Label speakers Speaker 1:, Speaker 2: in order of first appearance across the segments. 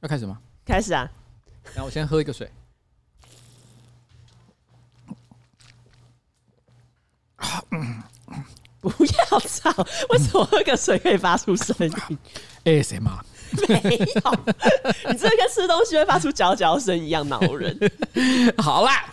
Speaker 1: 要开始吗？
Speaker 2: 开始啊！
Speaker 1: 然后我先喝一个水。
Speaker 2: 不要吵！为什么喝个水可以发出声音？
Speaker 1: 哎，谁嘛？
Speaker 2: 没有，你这个跟吃东西会发出嚼嚼声一样恼人。
Speaker 1: 好啦，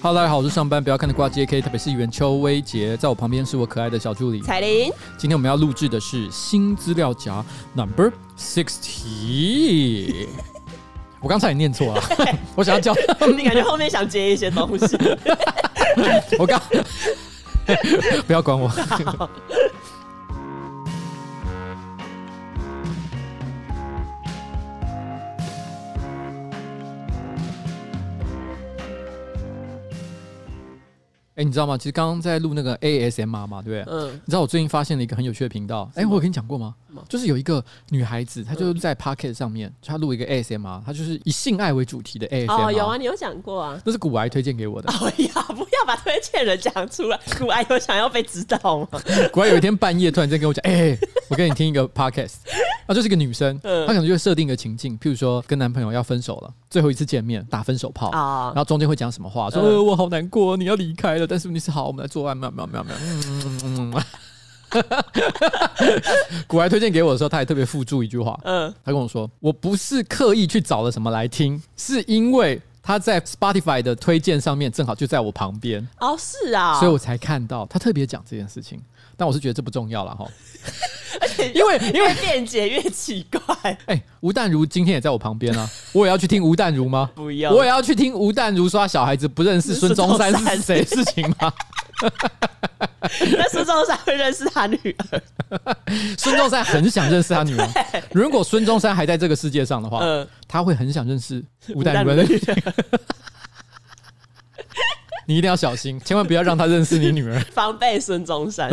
Speaker 1: 哈喽，大家好，我是上班不要看的挂机 K，特别是元秋薇杰，在我旁边是我可爱的小助理。
Speaker 2: 彩铃，
Speaker 1: 今天我们要录制的是新资料夹 Number Sixty。我刚才也念错了， 我想要叫
Speaker 2: 你感觉后面想接一些东 西？
Speaker 1: 我刚不要管我。哎、你知道吗？其实刚刚在录那个 ASMR 嘛，对不对？
Speaker 2: 嗯，
Speaker 1: 你知道我最近发现了一个很有趣的频道，哎、我有跟你讲过吗
Speaker 2: 什么？
Speaker 1: 就是有一个女孩子，她就是在 Pocket 上面，她录一个 ASMR，她就是以性爱为主题的 ASMR。
Speaker 2: 哦，有啊，你有讲过啊。
Speaker 1: 那是古癌推荐给我的。
Speaker 2: 哎呀，不要把推荐人讲出来，古埃有想要被知道吗？
Speaker 1: 古埃有一天半夜突然间跟我讲，哎、我跟你听一个 podcast，啊，就是一个女生，
Speaker 2: 嗯
Speaker 1: 她可能就会设定一个情境，譬如说跟男朋友要分手了，最后一次见面打分手炮，
Speaker 2: 啊
Speaker 1: 然，后中间会讲什么话，说、
Speaker 2: 嗯
Speaker 1: 呃、我好难过，你要离开了，但是你是好，我们来做爱，没有没有没有没有。嗯嗯嗯 嗯古埃推荐给我的时候，他还特别附注一句话，
Speaker 2: 嗯，
Speaker 1: 他跟我说：“我不是刻意去找了什么来听，是因为他在 Spotify 的推荐上面正好就在我旁边，
Speaker 2: 哦，是啊，
Speaker 1: 所以我才看到他特别讲这件事情。但我是觉得这不重要了哈。
Speaker 2: 因
Speaker 1: 为 因
Speaker 2: 为辩解越奇 怪，
Speaker 1: 哎、吴淡如今天也在我旁边 啊，我也要去听吴淡如吗？
Speaker 2: 不要
Speaker 1: 我也要去听吴淡如说他小孩子不认识孙中山是谁的事情 吗？
Speaker 2: 那苏中山会认识他女儿，
Speaker 1: 孙中山很想认识他 女儿。如果孙中山还在这个世界上的话，
Speaker 2: 嗯，
Speaker 1: 他会很想认识呃吴淡如的女儿。你一定要小心，千万不要让他认识你女儿。
Speaker 2: 防备孙中 山，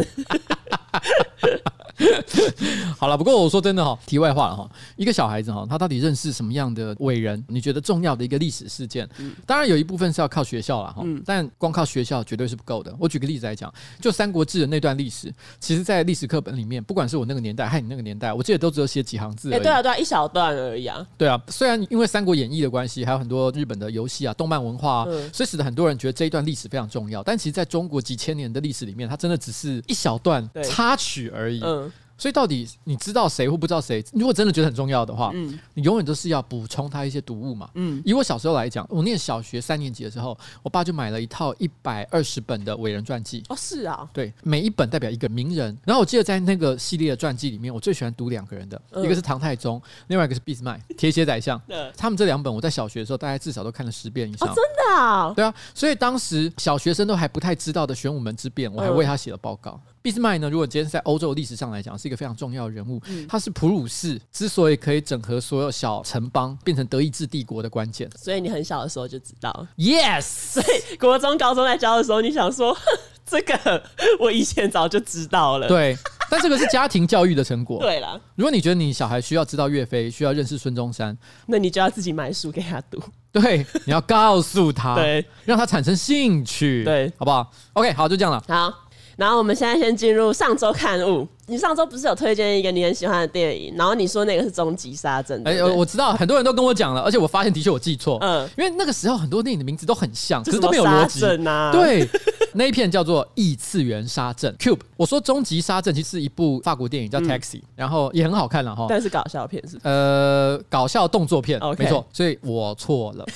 Speaker 1: 好了，不过我说真的哈、题外话了哈、一个小孩子哈、他到底认识什么样的伟人？你觉得重要的一个历史事件？
Speaker 2: 嗯
Speaker 1: 当然有一部分是要靠学校了哈、但光靠学校绝对是不够的。我举个例子来讲，就《三国志》的那段历史，其实在历史课本里面，不管是我那个年代，还有你那个年代，我记得都只有写几行字而
Speaker 2: 哎，
Speaker 1: 已。
Speaker 2: 对啊，对啊，一小段而已啊，
Speaker 1: 对啊，虽然因为《三国演义》的关系，还有很多日本的游戏啊、动漫文化啊，
Speaker 2: 嗯
Speaker 1: 所以使得很多人觉得这一段历史非常重要。但其实在中国几千年的历史里面，它真的只是一小段
Speaker 2: 对
Speaker 1: 插曲而已。
Speaker 2: 嗯，
Speaker 1: 所以到底你知道谁或不知道谁？如果真的觉得很重要的话，
Speaker 2: 嗯
Speaker 1: 你永远都是要补充它一些读物嘛。
Speaker 2: 嗯
Speaker 1: 以我小时候来讲，我念小学三年级的时候，我爸就买了一套一百二十本的伟人传记。
Speaker 2: 哦，是啊，
Speaker 1: 对，每一本代表一个名人。然后我记得在那个系列的传记里面，我最喜欢读两个人的，
Speaker 2: 嗯
Speaker 1: 一个是唐太宗，另外一个是俾斯麦，铁血宰 相。
Speaker 2: 嗯，
Speaker 1: 他们这两本我在小学的时候，大概至少都看了十遍以
Speaker 2: 哦，
Speaker 1: 上。
Speaker 2: 真的啊，
Speaker 1: 对啊，所以当时小学生都还不太知道的玄武门之变，我还
Speaker 2: 嗯
Speaker 1: 为他写了报告。俾斯麦呢，如果今天在欧洲历史上来讲，是一个非常重要的人物。
Speaker 2: 嗯
Speaker 1: 他是普鲁士之所以可以整合所有小城邦，变成德意志帝国的关键。
Speaker 2: 所以你很小的时候就知道，
Speaker 1: Yes，
Speaker 2: 国中、高中在教的时候，你想说 这个 我以前早就知道了，
Speaker 1: 对，但这个是家庭教育的成果。
Speaker 2: 对啦，
Speaker 1: 如果你觉得你小孩需要知道岳飞，需要认识孙中山，
Speaker 2: 那你就要自己买书给他读，
Speaker 1: 对，你要告诉他，
Speaker 2: 对，
Speaker 1: 让他产生兴趣，
Speaker 2: 对
Speaker 1: 好不好？OK，好，就这样了。
Speaker 2: 好。然后我们现在先进入上周刊物。你上周不是有推荐一个你很喜欢的电影，然后你说那个是《终极杀阵》
Speaker 1: 哎、
Speaker 2: 对不
Speaker 1: 我
Speaker 2: 对，
Speaker 1: 我知道很多人都跟我讲了，而且我发现的确我记错，
Speaker 2: 嗯
Speaker 1: 因为那个时候很多电影的名字都很像，可
Speaker 2: 就是什
Speaker 1: 都
Speaker 2: 么
Speaker 1: 没有逻辑
Speaker 2: 杀。阵啊，，
Speaker 1: 对， 那一片叫做《异次元杀阵》（Cube）。我说《终极杀阵》其实是一部法国电影叫
Speaker 2: 嗯
Speaker 1: 《Taxi》，然后也很好看了哈。
Speaker 2: 但是搞笑片是不是
Speaker 1: 呃，搞笑动作片
Speaker 2: OK
Speaker 1: 没错，所以我错了。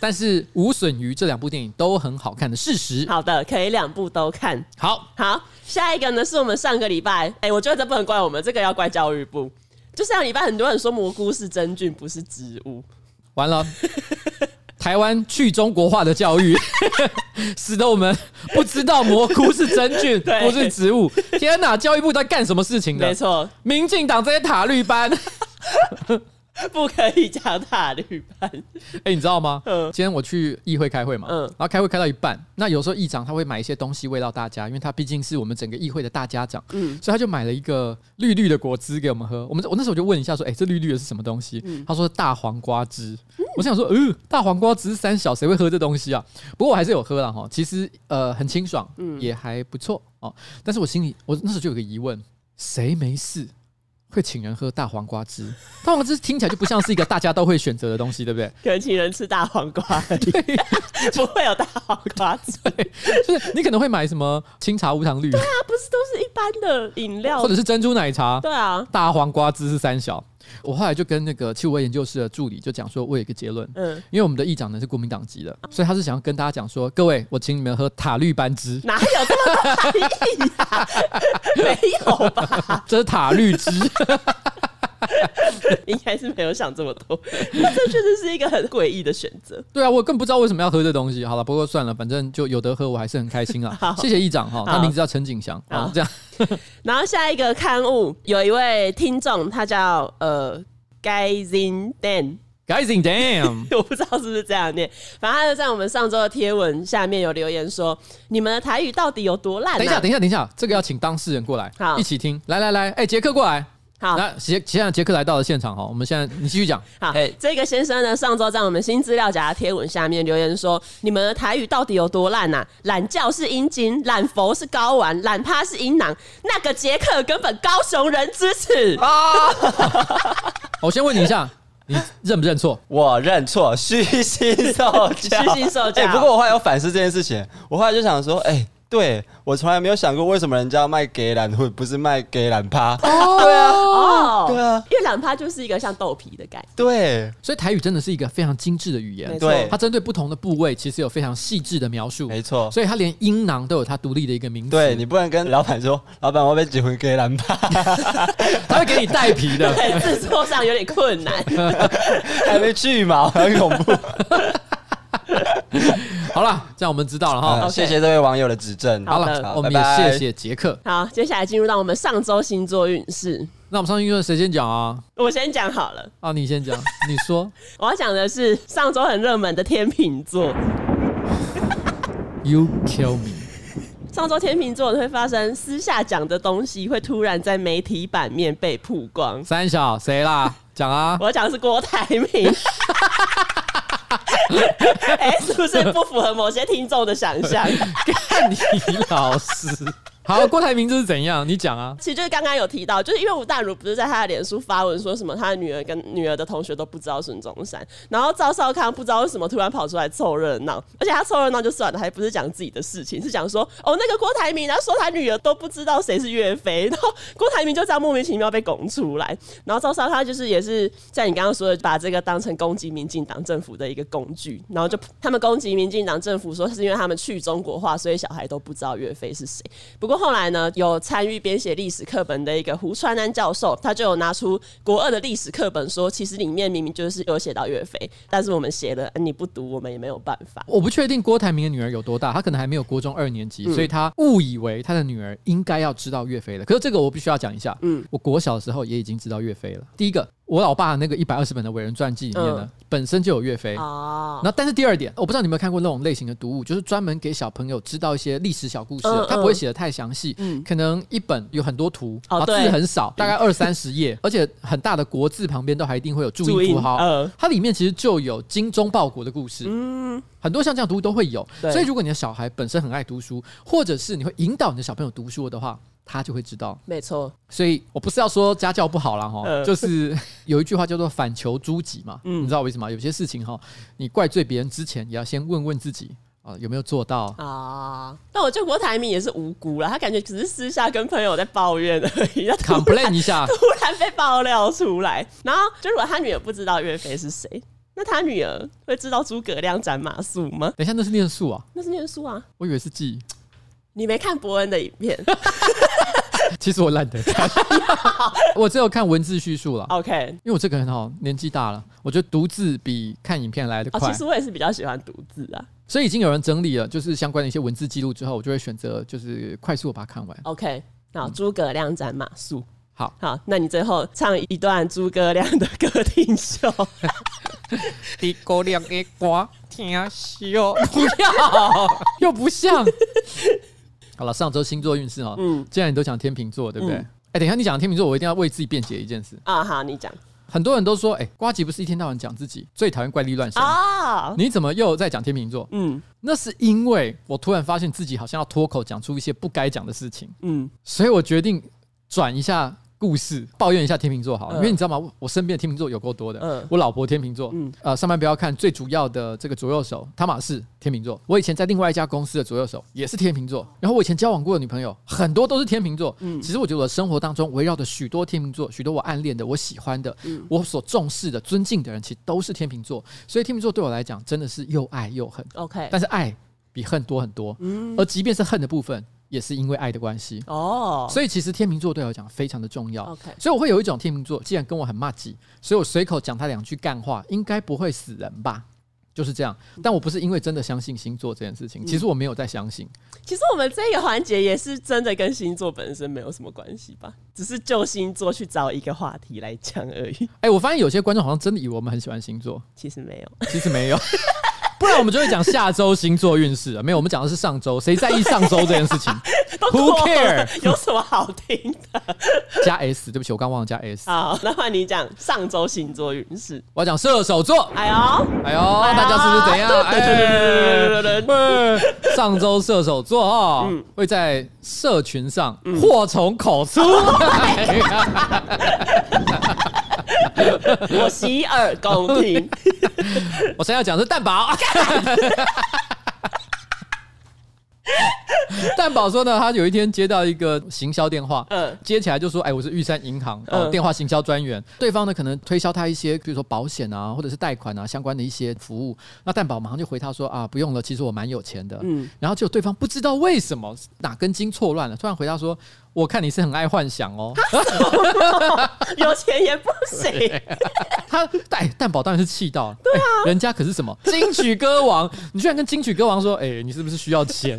Speaker 1: 但是无损于这两部电影都很好看的事实。
Speaker 2: 好的，可以两部都看。
Speaker 1: 好，
Speaker 2: 好，下一个呢是我们上个礼拜，哎、我觉得这不能怪我们，这个要怪教育部。就上礼拜很多人说蘑菇是真菌，不是植物，
Speaker 1: 完了， 台湾去中国化的教育， 使得我们不知道蘑菇是真菌，
Speaker 2: 对
Speaker 1: 不是植物。天哪，教育部在干什么事情
Speaker 2: 没
Speaker 1: 呢？
Speaker 2: 错，
Speaker 1: 民进党这些塔绿班，
Speaker 2: 不可以讲塔绿班，
Speaker 1: 哎、你知道吗？
Speaker 2: 嗯
Speaker 1: 今天我去议会开会嘛，
Speaker 2: 嗯
Speaker 1: 然后开会开到一半，那有时候议长他会买一些东西喂到大家，因为他毕竟是我们整个议会的大家长，
Speaker 2: 嗯
Speaker 1: 所以他就买了一个绿绿的果汁给我们喝。我们我那时候我就问一下说，哎、这绿绿的是什么东西？
Speaker 2: 嗯
Speaker 1: 他说大黄瓜汁。我心想说，呃，大黄瓜汁是三小，谁会喝这东西啊？不过我还是有喝了哈，其实呃很清爽，
Speaker 2: 嗯
Speaker 1: 也还不错哦。但是我心里我那时候就有个疑问，谁没事？会请人喝大黄瓜汁，大黄瓜汁听起来就不像是一个大家都会选择的东西，对不对？
Speaker 2: 可能请人吃大黄瓜而已， 不会有大黄瓜汁，
Speaker 1: 就是你可能会买什么清茶无糖绿，
Speaker 2: 它不是都是一般的饮料
Speaker 1: 或？者是珍珠奶茶。
Speaker 2: 对啊，
Speaker 1: 大黄瓜汁是三小。我后来就跟那个七五位研究室的助理就讲说，我有一个结论，
Speaker 2: 嗯，
Speaker 1: 因为我们的议长呢是国民党籍的，所以他是想要跟大家讲说，各位，我请你们喝塔绿班汁，
Speaker 2: 哪有这么大意啊呀、 没有吧？
Speaker 1: 这是塔绿 汁。
Speaker 2: 应该是没有想这么 多，那这确实是一个很诡异的选择。
Speaker 1: 对啊，我更不知道为什么要喝这东西。好了，不过算了，反正就有得喝，我还是很开心啊
Speaker 2: 好。
Speaker 1: 谢谢议长哈，他
Speaker 2: 好
Speaker 1: 名字叫陈景祥啊
Speaker 2: 好，
Speaker 1: 这样
Speaker 2: 然后下一个刊物有一位听众，他叫呃 Gazin Dan，
Speaker 1: guys in damn，
Speaker 2: 我不知道是不是这样念，反正他就在我们上周的贴文下面有留言说，你们的台语到底有多烂、啊？
Speaker 1: 等一下，等一下，等一下，这个要请当事人过来
Speaker 2: 好
Speaker 1: 一起听。来来来，哎，杰克过来。
Speaker 2: 好
Speaker 1: 那杰，现在杰克来到了现场哈，我们现在你继续讲。
Speaker 2: 好
Speaker 1: 哎，
Speaker 2: 这个先生呢，上周在我们新资料夹的贴文下面留言说：“你们的台语到底有多烂呐、啊？懒教是阴茎，懒佛是睾丸，懒趴是阴囊，那个杰克根本高雄人之耻。
Speaker 1: 哦我先问你一下，你认不认错？
Speaker 3: 我认错，虚心受教，
Speaker 2: 虚心受教
Speaker 3: 哎不过我后来有反思这件事情，我后来就想说，哎、对我从来没有想过为什么人家要卖给懒会不是卖给懒趴？对啊，
Speaker 2: 哦，
Speaker 3: 对啊，
Speaker 2: 因为懒趴就是一个像豆皮的感
Speaker 3: 对，
Speaker 1: 所以台语真的是一个非常精致的语
Speaker 2: 觉，
Speaker 1: 言
Speaker 2: 没，错
Speaker 3: 对
Speaker 1: 它针对不同的部位其实有非常细致的描述，
Speaker 3: 没错。
Speaker 1: 所以它连阴囊都有它独立的一个名词，
Speaker 3: 对你不能跟老板说，老板我被几回给懒趴，
Speaker 1: 它会给你带皮 的。
Speaker 2: 对，制作上有点困难。
Speaker 3: 还没去毛，很恐怖。
Speaker 1: 好了，这样我们知道了
Speaker 3: 好，
Speaker 1: 哈。
Speaker 3: 嗯谢谢这位网友的指正。
Speaker 1: 好
Speaker 2: 好的
Speaker 1: 了，我们也
Speaker 3: 拜拜
Speaker 1: 谢谢杰克。
Speaker 2: 好，接下来进入到我们上周星座运势，
Speaker 1: 那我们上去因为谁先讲啊？
Speaker 2: 我先讲好了，
Speaker 1: 啊，你先讲，你说
Speaker 2: 我要讲的是上周很热门的天秤座。
Speaker 1: You kill me。
Speaker 2: 上周天秤座会发生私下讲的东西，会突然在媒体版面被曝光。
Speaker 1: 三小谁啦？讲啊！
Speaker 2: 我讲的是郭台铭。 哎、是不是不符合某些听众的想象？
Speaker 1: 看你老师。好，郭台铭这是怎样？你讲啊。
Speaker 2: 其实就是刚刚有提到，就是因为吴淡如不是在他的脸书发文说什么他的女儿跟女儿的同学都不知道孙中山，啊然后赵少康不知道为什么突然跑出来凑热闹，而且他凑热闹就算了，还不是讲自己的事情，是讲说哦那个郭台铭，然后说他女儿都不知道谁是岳飞，然后郭台铭就这样莫名其妙被拱出来，然后赵少康就是也是像你刚刚说的，把这个当成攻击民进党政府的一个工具，然后就他们攻击民进党政府说是因为他们去中国化，所以小孩都不知道岳飞是谁。不过后来呢，有参与编写历史课本的一个胡传安教授，他就有拿出国二的历史课本说，其实里面明明就是有写到岳飞，但是我们写了，你不读我们也没有办 法。
Speaker 1: 我不确定郭台铭的女儿有多大，她可能还没有国中二年级，
Speaker 2: 嗯
Speaker 1: 所以她误以为她的女儿应该要知道岳飞了。可是这个我必须要讲一下，嗯，我国小的时候也已经知道岳飞了。第一个，我老爸那个一百二十本的伟人传记里面呢，
Speaker 2: 嗯
Speaker 1: 本身就有岳飞。
Speaker 2: 哦
Speaker 1: 然，后，但是第二点，我不知道你有没有看过那种类型的读物，就是专门给小朋友知道一些历史小故事的，
Speaker 2: 嗯
Speaker 1: 他不会写的太详细，可能一本有很多图，
Speaker 2: 哦
Speaker 1: 啊字
Speaker 2: 对嗯
Speaker 1: 很少，大概二三十页，而且很大的国字旁边都还一定会有注
Speaker 2: 注
Speaker 1: 音
Speaker 2: 音
Speaker 1: 符号，
Speaker 2: 嗯
Speaker 1: 它里面其实就有精忠报国的故事，很多像这样读物都会有。
Speaker 2: 对
Speaker 1: 所以，如果你的小孩本身很爱读书，或者是你会引导你的小朋友读书的话，他就会知道。
Speaker 2: 没错，
Speaker 1: 所以我不是要说家教不好啦，哈、
Speaker 2: 嗯
Speaker 1: 就是有一句话叫做“反求诸己”嘛，你知道我意思吗？有些事情哈，你怪罪别人之前，也要先问问自己啊，有没有做到？
Speaker 2: 啊，但我觉得郭台铭也是无辜啦，他感觉只是私下跟朋友在抱怨而已，他突然
Speaker 1: complain 一下，
Speaker 2: 突然被爆料出来，然后就如果他女儿不知道岳飞是谁，那他女儿会知道诸葛亮斩马谡吗？
Speaker 1: 等一下那是念数啊，
Speaker 2: 那是念书啊，
Speaker 1: 我以为是记，
Speaker 2: 你没看伯恩的影片
Speaker 1: 其实我懒得看， 我只有看文字叙述了。
Speaker 2: ？OK，
Speaker 1: 因为我这个人哈，年纪大了，我觉得读字比看影片来得
Speaker 2: 哦，
Speaker 1: 快，
Speaker 2: 其实我也是比较喜欢独自啊。
Speaker 1: 所以已经有人整理了，就是相关的一些文字记录之后，我就会选择就是快速地把它看完。
Speaker 2: OK，好，诸葛亮斩马谡，
Speaker 1: 好，
Speaker 2: 好，那你最后唱一段诸葛亮的歌厅秀，
Speaker 1: 地沟两个瓜，听秀，不要，又不 像。好了，上周星座运势哦，
Speaker 2: 嗯
Speaker 1: 既然你都讲天秤座，对不对？哎、
Speaker 2: 嗯
Speaker 1: 等一下你讲天秤座，我一定要为自己辩解一件事。
Speaker 2: 啊，好，你讲
Speaker 1: 很多人都说，哎、瓜吉不是一天到晚讲自己，最讨厌怪力乱神。
Speaker 2: 啊，
Speaker 1: 你怎么又在讲天秤座？
Speaker 2: 嗯
Speaker 1: 那是因为我突然发现自己好像要脱口讲出一些不该讲的事情，
Speaker 2: 嗯，
Speaker 1: 所以我决定转一下故事，抱怨一下天秤座好了。
Speaker 2: 嗯
Speaker 1: 因为你知道吗？我我身边的天秤座有够多的。
Speaker 2: 嗯
Speaker 1: 我老婆天秤座，
Speaker 2: 嗯
Speaker 1: 呃，上班不要看，最主要的这个左右手汤马士天秤座。我以前在另外一家公司的左右手也是天秤座，然后我以前交往过的女朋友很多都是天秤座。
Speaker 2: 嗯
Speaker 1: 其实我觉得我的生活当中围绕着许多天秤座，许多我暗恋的、我喜欢的、
Speaker 2: 嗯
Speaker 1: 我所重视的、尊敬的人，其实都是天秤座。所以天秤座对我来讲真的是又爱又恨，
Speaker 2: ，OK，
Speaker 1: 但是爱比恨多很多。
Speaker 2: 嗯
Speaker 1: 而即便是恨的部分，也是因为爱的关系。
Speaker 2: 哦，
Speaker 1: 所以其实天秤座对我来讲非常的重要。
Speaker 2: OK
Speaker 1: 所以我会有一种天秤座，既然跟我很骂鸡，所以我随口讲他两句干话，应该不会死人吧？就是这样。但我不是因为真的相信星座这件事情，其实我没有在相信。
Speaker 2: 其实我们这个环节也是真的跟星座本身没有什么关系吧，只是就星座去找一个话题来讲而已。
Speaker 1: 哎、我发现有些观众好像真的以为我们很喜欢星座，
Speaker 2: 其实没有，
Speaker 1: 其实没有。 不然我们就会讲下周星座运势了，啊没有，我们讲的是上周，谁在意上周这件事情
Speaker 2: 都
Speaker 1: ？Who
Speaker 2: 过了
Speaker 1: care？
Speaker 2: 有什么好听的？
Speaker 1: 加 S，对不起，我刚忘了加 S。
Speaker 2: 好，那换你讲上周星座运势。
Speaker 1: 我要讲射手座，
Speaker 2: 哎呦，
Speaker 1: 哎呦，大家是不是怎样？哎，喂上周射手座哦，会在社群上祸从口出。
Speaker 2: 我洗耳恭 听。
Speaker 1: 我现在要讲的是蛋宝。蛋宝说呢，他有一天接到一个行销电话，
Speaker 2: 嗯
Speaker 1: 接起来就说：“哎，我是玉山银行哦，
Speaker 2: 嗯
Speaker 1: 电话行销专员。”对方呢可能推销他一些，比如说保险啊，或者是贷款啊相关的一些服务。那蛋宝马上就回他说：“啊，不用了，其实我蛮有钱的。”
Speaker 2: 嗯
Speaker 1: 然后就对方不知道为什么哪根筋错乱了，突然回答说：“我看你是很爱幻想哦。
Speaker 2: 有钱也不 行。
Speaker 1: 他”蛋蛋宝当然是气到了，对啊、人家可是什么金曲歌王，你居然跟金曲歌王说：“哎，你是不是需要 钱？”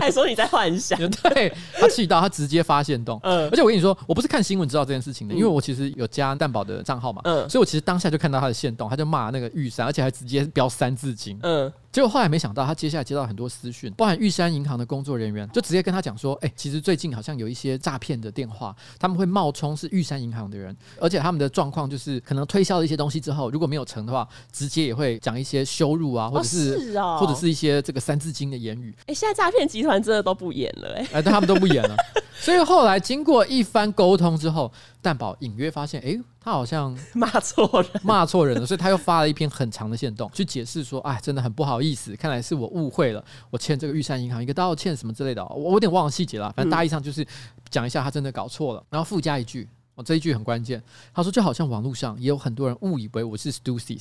Speaker 2: 还说你在幻想，
Speaker 1: 对他气到他直接发现洞。
Speaker 2: 嗯
Speaker 1: 而且我跟你说，我不是看新闻知道这件事情的，因为我其实有加蛋宝的账号嘛，
Speaker 2: 嗯
Speaker 1: 所以我其实当下就看到他的线动，他就骂那个玉山，而且还直接标三字经。
Speaker 2: 嗯，
Speaker 1: 结果后来没想到，他接下来接到很多私讯，包含玉山银行的工作人员，就直接跟他讲说：“哎、其实最近好像有一些诈骗的电话，他们会冒充是玉山银行的人，而且他们的状况就是可能推销了一些东西之后，如果没有成的话，直接也会讲一些羞辱啊，或者是、
Speaker 2: 是哦
Speaker 1: 或者是一些这个三字经的言语。
Speaker 2: 哎、现在诈骗集团真的都不演了、哎，
Speaker 1: 哎，但他们都不演了。所以后来经过一番沟通之后，蛋宝隐约发现，哎、他好像
Speaker 2: 骂错人。
Speaker 1: 骂错人了，所以他又发了一篇很长的线动，去解释说，哎，真的很不好意思，看来是我误会了，我欠这个玉山银行一个道歉什么之类的，我我有点忘了细节了，反正大意上就是讲一下他真的搞错了，然后附加一句。哦，这一句很关键。他说，就好像网络上也有很多人误以为我是 Stussys，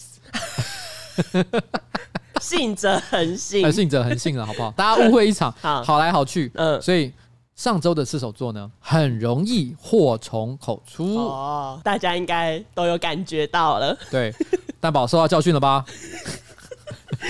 Speaker 2: 信者恒信
Speaker 1: 呃很。信者恒信了，好不好？大家误会一场，
Speaker 2: 好
Speaker 1: 好来好去。
Speaker 2: 嗯
Speaker 1: 所以上周的射手座呢，很容易祸从口出。
Speaker 2: 哦，大家应该都有感觉到了。
Speaker 1: 对，蛋宝受到教训了吧？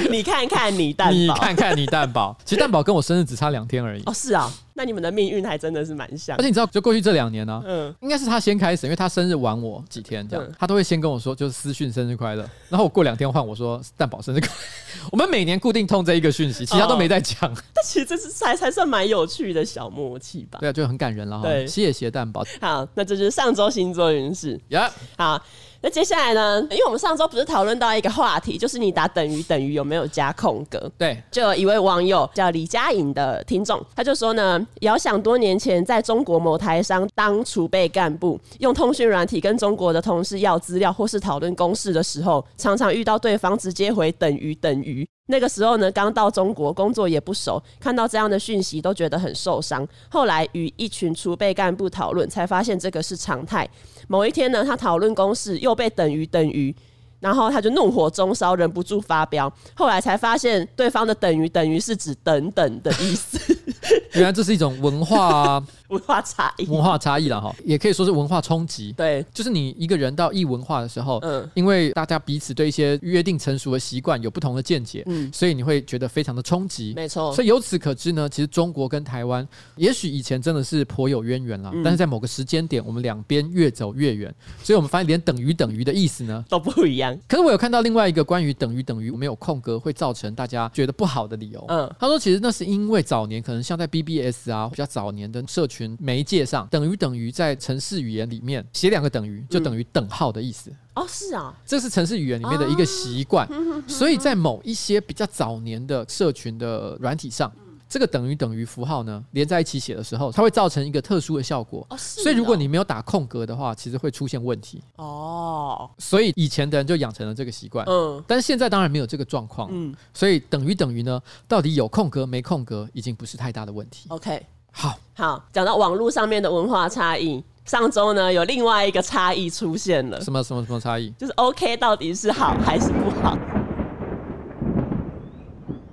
Speaker 2: 你看看你蛋
Speaker 1: 你
Speaker 2: 宝，
Speaker 1: 看看你蛋宝，其实蛋宝跟我生日只差两天而已。
Speaker 2: 哦，是啊，那你们的命运还真的是蛮像
Speaker 1: 而。且你知道，就过去这两年呢、
Speaker 2: 嗯，
Speaker 1: 应该是他先开始，因为他生日晚我几天，这样、
Speaker 2: 嗯
Speaker 1: 他都会先跟我说，就是私讯生日快乐，然后我过两天换我说蛋宝生日快乐。 我们每年固定通这一个讯息，其他都没在讲，
Speaker 2: 但其实这是才才算蛮有趣的小默契吧。
Speaker 1: 对啊，就很感人了哈。
Speaker 2: 对
Speaker 1: 谢谢蛋宝，
Speaker 2: 好，那这就是上周星座运势。
Speaker 1: 呀、
Speaker 2: 好，那接下来呢？因为我们上周不是讨论到一个话题，就是你打等于等于有没有加空格？
Speaker 1: 对，
Speaker 2: 就有一位网友叫李佳颖的听众，他就说呢，遥想多年前在中国某台商当储备干部，用通讯软体跟中国的同事要资料或是讨论公事的时候，常常遇到对方直接回等于等于。那个时候呢，刚到中国，工作也不熟，看到这样的讯息都觉得很受伤。后来与一群储备干部讨论，才发现这个是常态。某一天呢，他讨论公事又被等于等于，然后他就怒火中烧，忍不住发飙。后来才发现， 对方的等于等于是指等等的意思。
Speaker 1: 原来这是一种文化、啊、
Speaker 2: 文化差异。
Speaker 1: 文化差异了哈，也可以说是文化冲击。
Speaker 2: 对，
Speaker 1: 就是你一个人到异文化的时候，
Speaker 2: 嗯
Speaker 1: 因为大家彼此对一些约定成熟的习惯有不同的见解，
Speaker 2: 嗯
Speaker 1: 所以你会觉得非常的冲击。
Speaker 2: 没错
Speaker 1: 所。以由此可知呢，其实中国跟台湾也许以前真的是颇有渊源啦，但是在某个时间点，我们两边越走越远，所以我们发现连等于等于的意思呢。
Speaker 2: 都不一样，
Speaker 1: 可是我有看到另外一个关于等于等于没有空格会造成大家觉得不好的理由。
Speaker 2: 嗯
Speaker 1: 他说，其实那是因为早年可能像在 BBS 啊，比较早年的社群媒介上，等于等于在城市语言里面写两个等于，就等于等号的意思。
Speaker 2: 哦，是啊，
Speaker 1: 这是城市语言里面的一个习惯，
Speaker 2: 哦
Speaker 1: 所以在某一些比较早年的社群的软体上，这个等于等于符号呢连在一起写的时候，它会造成一个特殊的效果。
Speaker 2: 哦是哦。
Speaker 1: 所以如果你没有打空格的话，其实会出现问题。
Speaker 2: 哦，
Speaker 1: 所以以前的人就养成了这个习惯。
Speaker 2: 嗯
Speaker 1: 但是现在当然没有这个状况，
Speaker 2: 嗯
Speaker 1: 所以等于等于呢，到底有空格没空格，已经不是太大的问题。
Speaker 2: ，OK，
Speaker 1: 好，
Speaker 2: 好，讲到网络上面的文化差异，上周呢有另外一个差异出现了，
Speaker 1: 什么什么什么差异？
Speaker 2: 就是 OK 到底是好还是不好？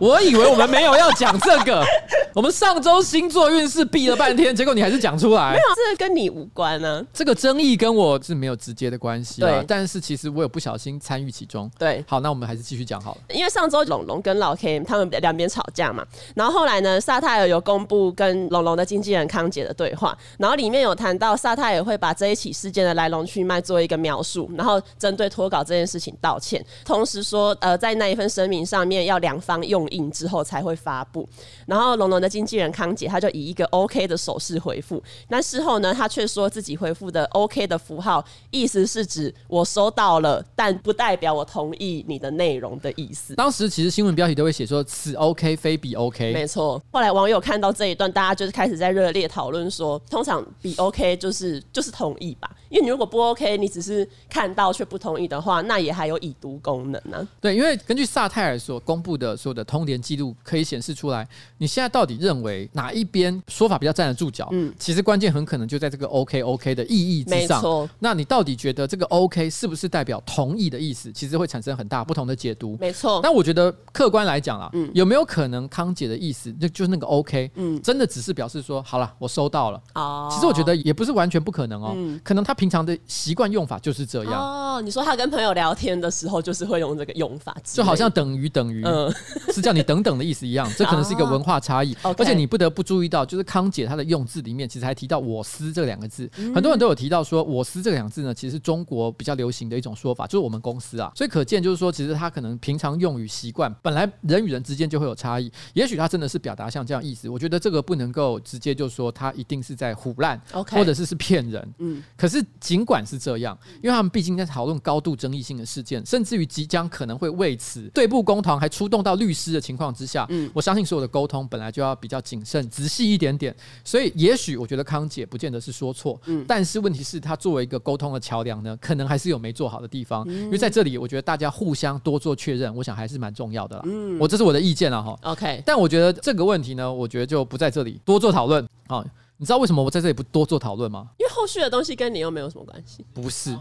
Speaker 1: 我以为我们没有要讲这个，我们上周星座运势避了半天，结果你还是讲出来。
Speaker 2: 这个跟你无关啊呢、
Speaker 1: 这个争议跟我是没有直接的关系啊
Speaker 2: 对，
Speaker 1: 但是其实我有不小心参与其中。
Speaker 2: 对，
Speaker 1: 好，那我们还是继续讲好了。
Speaker 2: 因为上周龙龙跟老 K 他们两边吵架嘛，然后后来呢，萨泰尔有公布跟龙龙的经纪人康姐的对话，然后里面有谈到萨泰尔会把这一起事件的来龙去脉做一个描述，然后针对脱稿这件事情道歉，同时说呃，在那一份声明上面要两方用印之后才会发布。然后龙龙的经纪人康姐她就以一个 OK 的手势回复，但事后呢，她却说自己回复的 OK 的符号意思是指我收到了，但不代表我同意你的内容的意思。
Speaker 1: 当时其实新闻标题都会写说此 OK 非彼 OK，
Speaker 2: 没错，后来网友看到这一段，大家就是开始在热烈讨论说，通常比 OK 就是就是同意吧，因为你如果不 OK，你只是看到却不同意的话，那也还有已读功能啊呢、
Speaker 1: 对，因为根据萨泰尔所公布的所有的通联记录，可以显示出来，你现在到底认为哪一边说法比较站得住脚？嗯，其实关键很可能就在这个 OK OK 的意义之
Speaker 2: 没
Speaker 1: 上。
Speaker 2: 错，
Speaker 1: 那你到底觉得这个 OK 是不是代表同意的意思？其实会产生很大不同的解读。
Speaker 2: 没错，
Speaker 1: 那我觉得客观来讲啦，啊有没有可能康姐的意思，就就是那个 OK，真的只是表示说好了，我收到了。
Speaker 2: 哦
Speaker 1: 其实我觉得也不是完全不可能哦，可能他平常的习惯用法就是这样，
Speaker 2: 哦，你说他跟朋友聊天的时候，就是会用这个用法之类的，
Speaker 1: 就好像等于等于，
Speaker 2: 嗯哦
Speaker 1: 是叫你等等的意思一样。这可能是一个文化差异，
Speaker 2: OK
Speaker 1: 而且你不得不注意到，就是康姐她的用字里面其实还提到“我思”这两个字，
Speaker 2: 嗯
Speaker 1: 很多人都有提到说“我思”这两个字呢，其实是中国比较流行的一种说法，就是我们公司啊，所以可见就是说，其实他可能平常用语习惯，本来人与人之间就会有差异，也许他真的是表达像这样意思。我觉得这个不能够直接就说他一定是在胡乱
Speaker 2: OK
Speaker 1: 或者是是骗人，
Speaker 2: 嗯
Speaker 1: 可是尽管是这样，因为他们毕竟在讨论高度争议性的事件，甚至于即将可能会为此对簿公堂，还出动到律师的情况之下，
Speaker 2: 嗯
Speaker 1: 我相信所有的沟通本来就要比较谨慎、仔细一点点。所以，也许我觉得康姐不见得是说错，
Speaker 2: 嗯
Speaker 1: 但是问题是，她作为一个沟通的桥梁呢，可能还是有没做好的地方。
Speaker 2: 嗯
Speaker 1: 因为在这里，我觉得大家互相多做确认，我想还是蛮重要的啦。
Speaker 2: 嗯
Speaker 1: 我这是我的意见了哈。
Speaker 2: OK，
Speaker 1: 但我觉得这个问题呢，我觉得就不在这里多做讨论啊。你知道为什么我在这里不多做讨论吗？
Speaker 2: 因为后续的东西跟你又没有什么关系，
Speaker 1: 不是，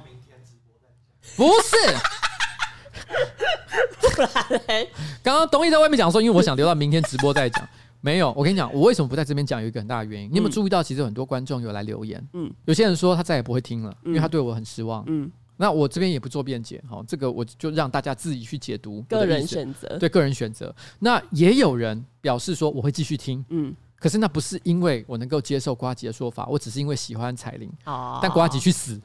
Speaker 1: 不是。
Speaker 2: 不然嘞，
Speaker 1: 刚刚东毅在外面讲说，因为我想留到明天直播再讲。没有，我跟你讲，我为什么不在这边讲，有一个很大的原因。你有没有注意到，其实有很多观众有来留言，嗯
Speaker 2: 嗯，
Speaker 1: 有些人说他再也不会听了，因为他对我很失望，嗯
Speaker 2: 嗯。
Speaker 1: 那我这边也不做辩解，好，这个我就让大家自己去解读我的
Speaker 2: 个
Speaker 1: 意
Speaker 2: 人
Speaker 1: 思
Speaker 2: 选择，
Speaker 1: 对个人选择。那也有人表示说我会继续听，
Speaker 2: 嗯，
Speaker 1: 可是那不是因为我能够接受瓜吉的说法，我只是因为喜欢彩铃。
Speaker 2: 哦
Speaker 1: 但瓜吉去死，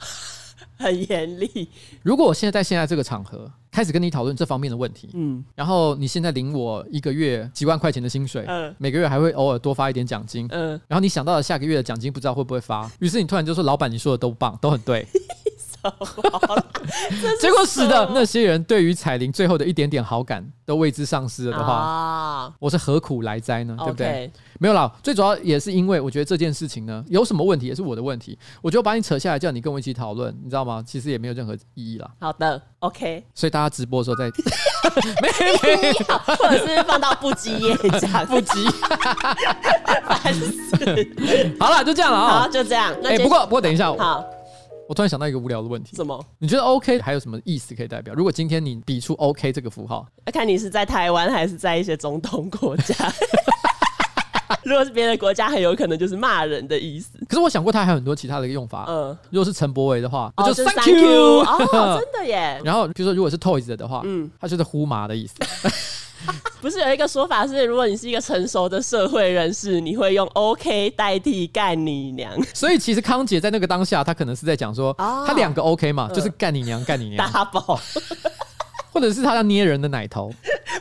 Speaker 2: 很严厉，
Speaker 1: 如果我现在在现在这个场合开始跟你讨论这方面的问题，
Speaker 2: 嗯，
Speaker 1: 然后你现在领我一个月几万块钱的薪水，
Speaker 2: 嗯
Speaker 1: 每个月还会偶尔多发一点奖金，
Speaker 2: 嗯，
Speaker 1: 然后你想到了下个月的奖金不知道会不会发，于是你突然就说老板你说的都棒，都很 对，结果使得那些人对于彩铃最后的一点点好感都为之丧失了的话。
Speaker 2: 啊
Speaker 1: 我是何苦来哉呢？对不对？
Speaker 2: 哦，OK，
Speaker 1: 没有啦，最主要也是因为我觉得这件事情呢，有什么问题也是我的问题，我就把你扯下来，叫你跟我一起讨论，你知道吗？其实也没有任何意义啦。
Speaker 2: 好的，OK，
Speaker 1: 所以大家直播的时 候再，没没
Speaker 2: 好或者是放到不羁也讲，
Speaker 1: 不急。
Speaker 2: 烦死。
Speaker 1: 好了，就这样了
Speaker 2: 好，
Speaker 1: 啊、
Speaker 2: 就这样。那
Speaker 1: 哎、
Speaker 2: 接
Speaker 1: 不过不过等一下，我
Speaker 2: 好，
Speaker 1: 我突然想到一个无聊的问题，
Speaker 2: 什么？
Speaker 1: 你觉得 OK 还有什么意思可以代表？如果今天你比出 OK 这个符号，
Speaker 2: 看你是在台湾还是在一些中东国家。 如果是别的国家，很有可能就是骂人的意思。
Speaker 1: 可是我想过，它还有很多其他的一个用法。
Speaker 2: 嗯，
Speaker 1: 如果是陈柏维的话，
Speaker 2: 哦
Speaker 1: 那
Speaker 2: 就是
Speaker 1: Thank
Speaker 2: thank you，
Speaker 1: you。
Speaker 2: 哦，真的耶。
Speaker 1: 然后比如说，如果是 Toys 的话，
Speaker 2: 嗯
Speaker 1: 嗯，它就是呼麻的意思。
Speaker 2: 不是有一个说法是，如果你是一个成熟的社会人士，你会用 OK 代替干你娘，
Speaker 1: 所以其实康姐在那个当下，她可能是在讲说，
Speaker 2: 哦
Speaker 1: 她两个 OK 嘛，就是干你娘，干你娘，
Speaker 2: 打宝，
Speaker 1: 或者是她要捏人的奶 头，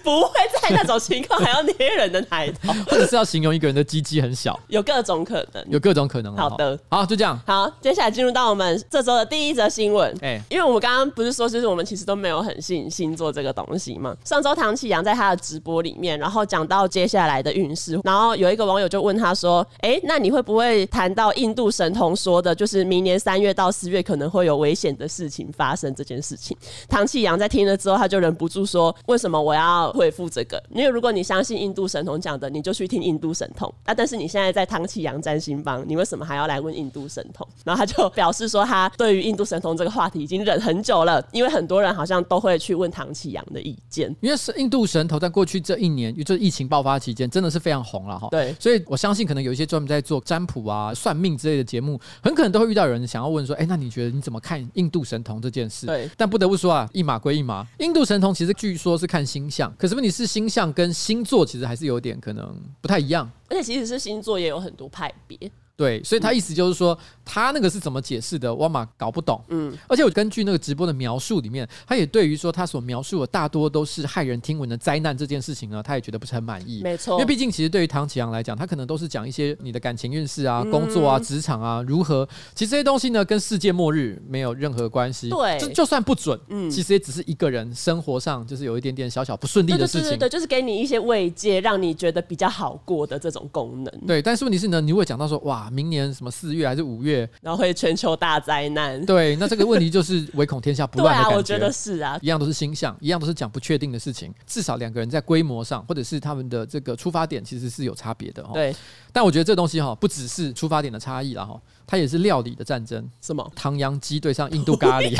Speaker 2: 不会在那种情况还要捏人的奶头，
Speaker 1: 或者是要形容一个人的鸡鸡很小，
Speaker 2: 有各种可能。
Speaker 1: 有各种可能啊。
Speaker 2: 嗯好的
Speaker 1: 好，就这样。
Speaker 2: 好，接下来进入到我们这周的第一则新闻。
Speaker 1: 哎
Speaker 2: 因为我们刚刚不是说，就是我们其实都没有很信星座这个东西嘛。上周唐启阳在他的直播里面，然后讲到接下来的运势，然后有一个网友就问他说：“哎，那你会不会谈到印度神童说的，就是明年三月到四月可能会有危险的事情发生这件事情？”唐启阳在听了之后，他就忍不住说：“为什么我要回复这个？因为如果你相信印度神童讲的，你就去听印度神童。那、但是你现在在唐启阳占星帮，你为什么还要来问印度神童？”然后他就表示说，他对于印度神童这个话题已经忍很久了，因为很多人好像都会去问唐启阳的意见。
Speaker 1: 因为是印度神头在过去这一年，就是疫情爆发期间，真的是非常红了哈。
Speaker 2: 对
Speaker 1: 所以我相信可能有一些专门在做占卜啊、算命之类的节目，很可能都会遇到有人想要问说：“哎，那你觉得你怎么看印度神童这件事？”
Speaker 2: 对
Speaker 1: 但不得不说啊，一码归一码，印度神童其实据说是看星象，可是问题是星象跟星座其实还是有点可能不太一样。
Speaker 2: 而且其实是星座也有很多派别，
Speaker 1: 对，所以他意思就是说，他那个是怎么解释的，我嘛搞不懂。嗯，而且我根据那个直播的描述里面，他也对于说他所描述的大多都是骇人听闻的灾难这件事情呢，他也觉得不是很满意。
Speaker 2: 没错
Speaker 1: 因为毕竟其实对于唐启阳来讲，他可能都是讲一些你的感情运势
Speaker 2: 嗯
Speaker 1: 啊、工作啊、职场啊如何，其实这些东西呢跟世界末日没有任何关系。
Speaker 2: 对
Speaker 1: 就就算不准，嗯，其实也只是一个人生活上就是有一点点小小不顺利
Speaker 2: 对
Speaker 1: 的
Speaker 2: 对
Speaker 1: 事
Speaker 2: 对
Speaker 1: 情
Speaker 2: 对。对，就是给你一些慰藉，让你觉得比较好过的这种功能，
Speaker 1: 对，但是问题是呢，你如果讲到说哇，明年什么四月还是五月，
Speaker 2: 然后会全球大灾难。
Speaker 1: 对，那这个问题就是唯恐天下不
Speaker 2: 对
Speaker 1: 乱的
Speaker 2: 啊，
Speaker 1: 感
Speaker 2: 我觉得是啊，
Speaker 1: 一样都是星象，一样都是讲不确定的事情，至少两个人在规模上，或者是他们的这个出发点，其实是有差别的哦哈。
Speaker 2: 对，
Speaker 1: 但我觉得这东西哈，不只是出发点的差异啦哈，它也是料理的战争。
Speaker 2: 什么？
Speaker 1: 唐扬鸡对上印度咖 喱，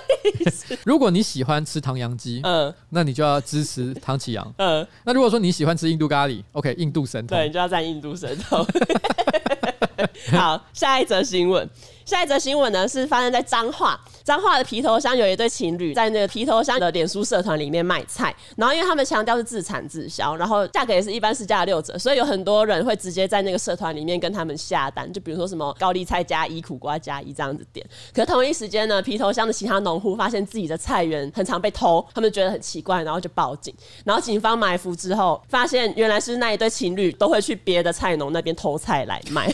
Speaker 1: 如果你喜欢吃唐扬鸡，
Speaker 2: 嗯
Speaker 1: 那你就要支持唐启阳。
Speaker 2: 嗯，
Speaker 1: 那如果说你喜欢吃印度咖喱，OK，印度神
Speaker 2: 对，
Speaker 1: 童
Speaker 2: 你就要站印度神童。 好，下一则新闻，下一则新闻呢是发生在彰化，彰化的皮头乡有一对情侣在那个皮头乡的脸书社团里面卖菜，然后因为他们强调是自产自销，然后价格也是一般市价的六折，所以有很多人会直接在那个社团里面跟他们下单，就比如说什么高丽菜加一、苦瓜加一这样子点。可同一时间呢，皮头乡的其他农户发现自己的菜园很常被偷，他们觉得很奇怪，然后就报警。然后警方埋伏之后，发现原来是那一对情侣都会去别的菜农那边偷菜来卖，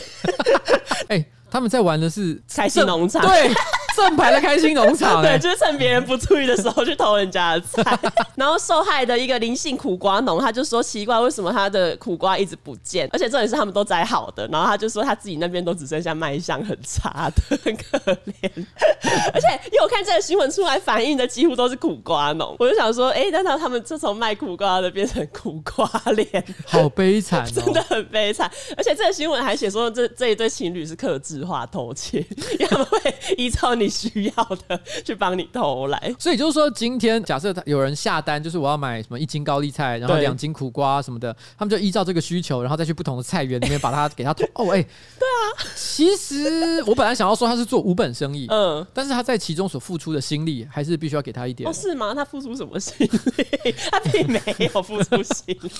Speaker 1: 哎、他们在玩的是
Speaker 2: 开 心农场。
Speaker 1: 对正牌的开心农场、
Speaker 2: 对，
Speaker 1: 哎，
Speaker 2: 就是趁别人不注意的时候去偷人家的菜。然后受害的一个林姓苦瓜农，他就说奇怪，为什么他的苦瓜一直不见？而且重点是他们都摘好的，然后他就说他自己那边都只剩下卖相很差的，很可怜。而且因为我看这个新闻出来反映的几乎都是苦瓜农，我就想说，哎、难道他们自从卖苦瓜的变成苦瓜脸？
Speaker 1: 好悲惨
Speaker 2: 真的
Speaker 1: 哦！
Speaker 2: 很悲惨，而且这个新闻还写说这这一对情侣是克制化偷窃， 因为他们会依照你需要的去帮你偷来。
Speaker 1: 所以就是说，今天假设他有人下单，就是我要买什么一斤高丽菜，然后
Speaker 2: 对
Speaker 1: 两斤苦瓜什么的，他们就依照这个需求，然后再去不同的菜园里面把它给它投。哦， 哎、对啊，其实我本来想要说他是做无本生意，
Speaker 2: 嗯，
Speaker 1: 但是他在其中所付出的心力，还是必须要给他一点
Speaker 2: 哦，，是吗？他付出什么心 力？他并没有付出 心力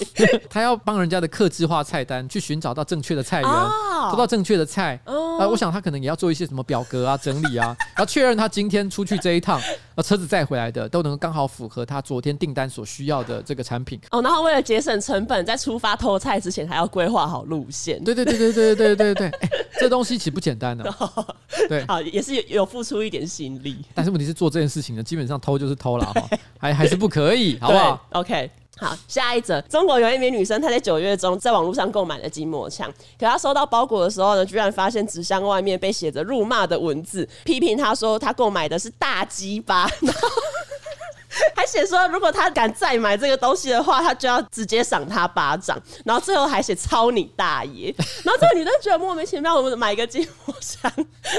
Speaker 1: 他要帮人家的客制化菜单去寻找到正确的菜园，
Speaker 2: 哦
Speaker 1: 找到正确的菜。
Speaker 2: 哦
Speaker 1: 啊，我想他可能也要做一些什么表格 啊、整理啊，然后确认他今天出去这一趟，那车子载回来的都能刚好符合他昨天订单所需要的这个产品。
Speaker 2: 哦。然后为了节省成本，在出发偷菜之前还要规划好路线。
Speaker 1: 对对对对对对对对对，哎这东西其实不简单的、啊对，
Speaker 2: 好，也是有有付出一点心力，
Speaker 1: 但是问题是做这件事情呢，基本上偷就是偷 了哈，还还是不可以，好不好？
Speaker 2: 对？OK。好，下一则，中国有一名女生，她在九月中在网络上购买了筋膜枪，可她收到包裹的时候呢，居然发现纸箱外面被写着辱骂的文字，批评她说她购买的是大鸡巴，然后 还写说如果他敢再买这个东西的话，他就要直接赏他巴掌。然后最后还写操你大爷。然后这个女的觉得莫名其妙，我买一个筋膜枪，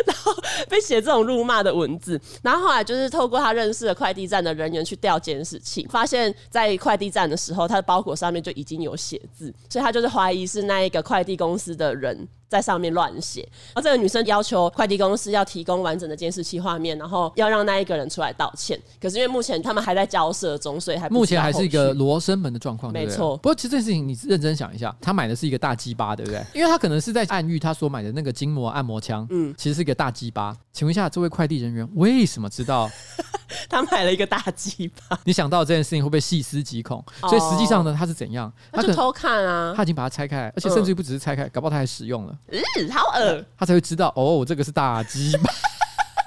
Speaker 2: 然后被写这种辱骂的文字。然后后来就是透过他认识的快递站的人员去调监视器，发现在快递站的时候，他的包裹上面就已经有写字，所以他就是怀疑是那一个快递公司的人在上面乱写。然后这个女生要求快递公司要提供完整的监视器画面，然后要让那一个人出来道歉。可是因为目前他们还在交涉中，所以还不知道
Speaker 1: 目前还是一个
Speaker 2: 后续
Speaker 1: 罗生门的状况，对不对
Speaker 2: 没错
Speaker 1: 不过其实这件事情你认真想一下，他买的是一个大鸡巴，对不对？
Speaker 2: 嗯
Speaker 1: 因为他可能是在暗喻他所买的那个筋膜按摩枪，嗯，其实是一个大鸡巴。请问一下，这位快递人员为什么知 道？
Speaker 2: 他买了一个大鸡巴，
Speaker 1: 你想到这件事情会不会细思极恐？所以实际上呢，他是怎样？
Speaker 2: 他
Speaker 1: 可
Speaker 2: 哦就
Speaker 1: 能
Speaker 2: 偷嗯看啊，
Speaker 1: 他已经把它拆开来，而且甚至于不只是拆开，搞不好他还使用了，
Speaker 2: 嗯，好恶。
Speaker 1: 他才会知道哦，这个是大 鸡巴。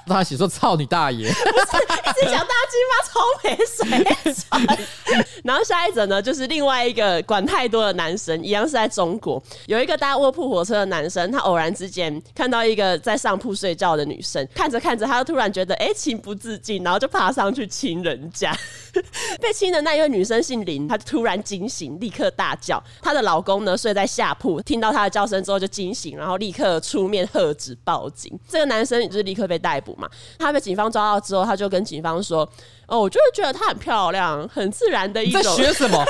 Speaker 1: 他还写说操你大爷！
Speaker 2: 自己讲大鸡巴超没水准。 然后下一则呢，就是另外一个管太多的男生，一样是在中国，有一个搭卧铺火车的男生，他偶然之间看到一个在上铺睡觉的女生，看着看着，他就突然觉得哎、诶情不自禁，然后就爬上去亲人家。 被亲的那一位女生姓林，她突然惊醒，立刻大叫。她的老公呢睡在下铺，听到她的叫声之后就惊醒，然后立刻出面喝止报警。这个男生也就是立刻被逮捕嘛。他被警方抓到之后，他就跟警方说：“哦，我就是觉得她很漂亮，很自然的一
Speaker 1: 你在
Speaker 2: 种，
Speaker 1: 学什 么？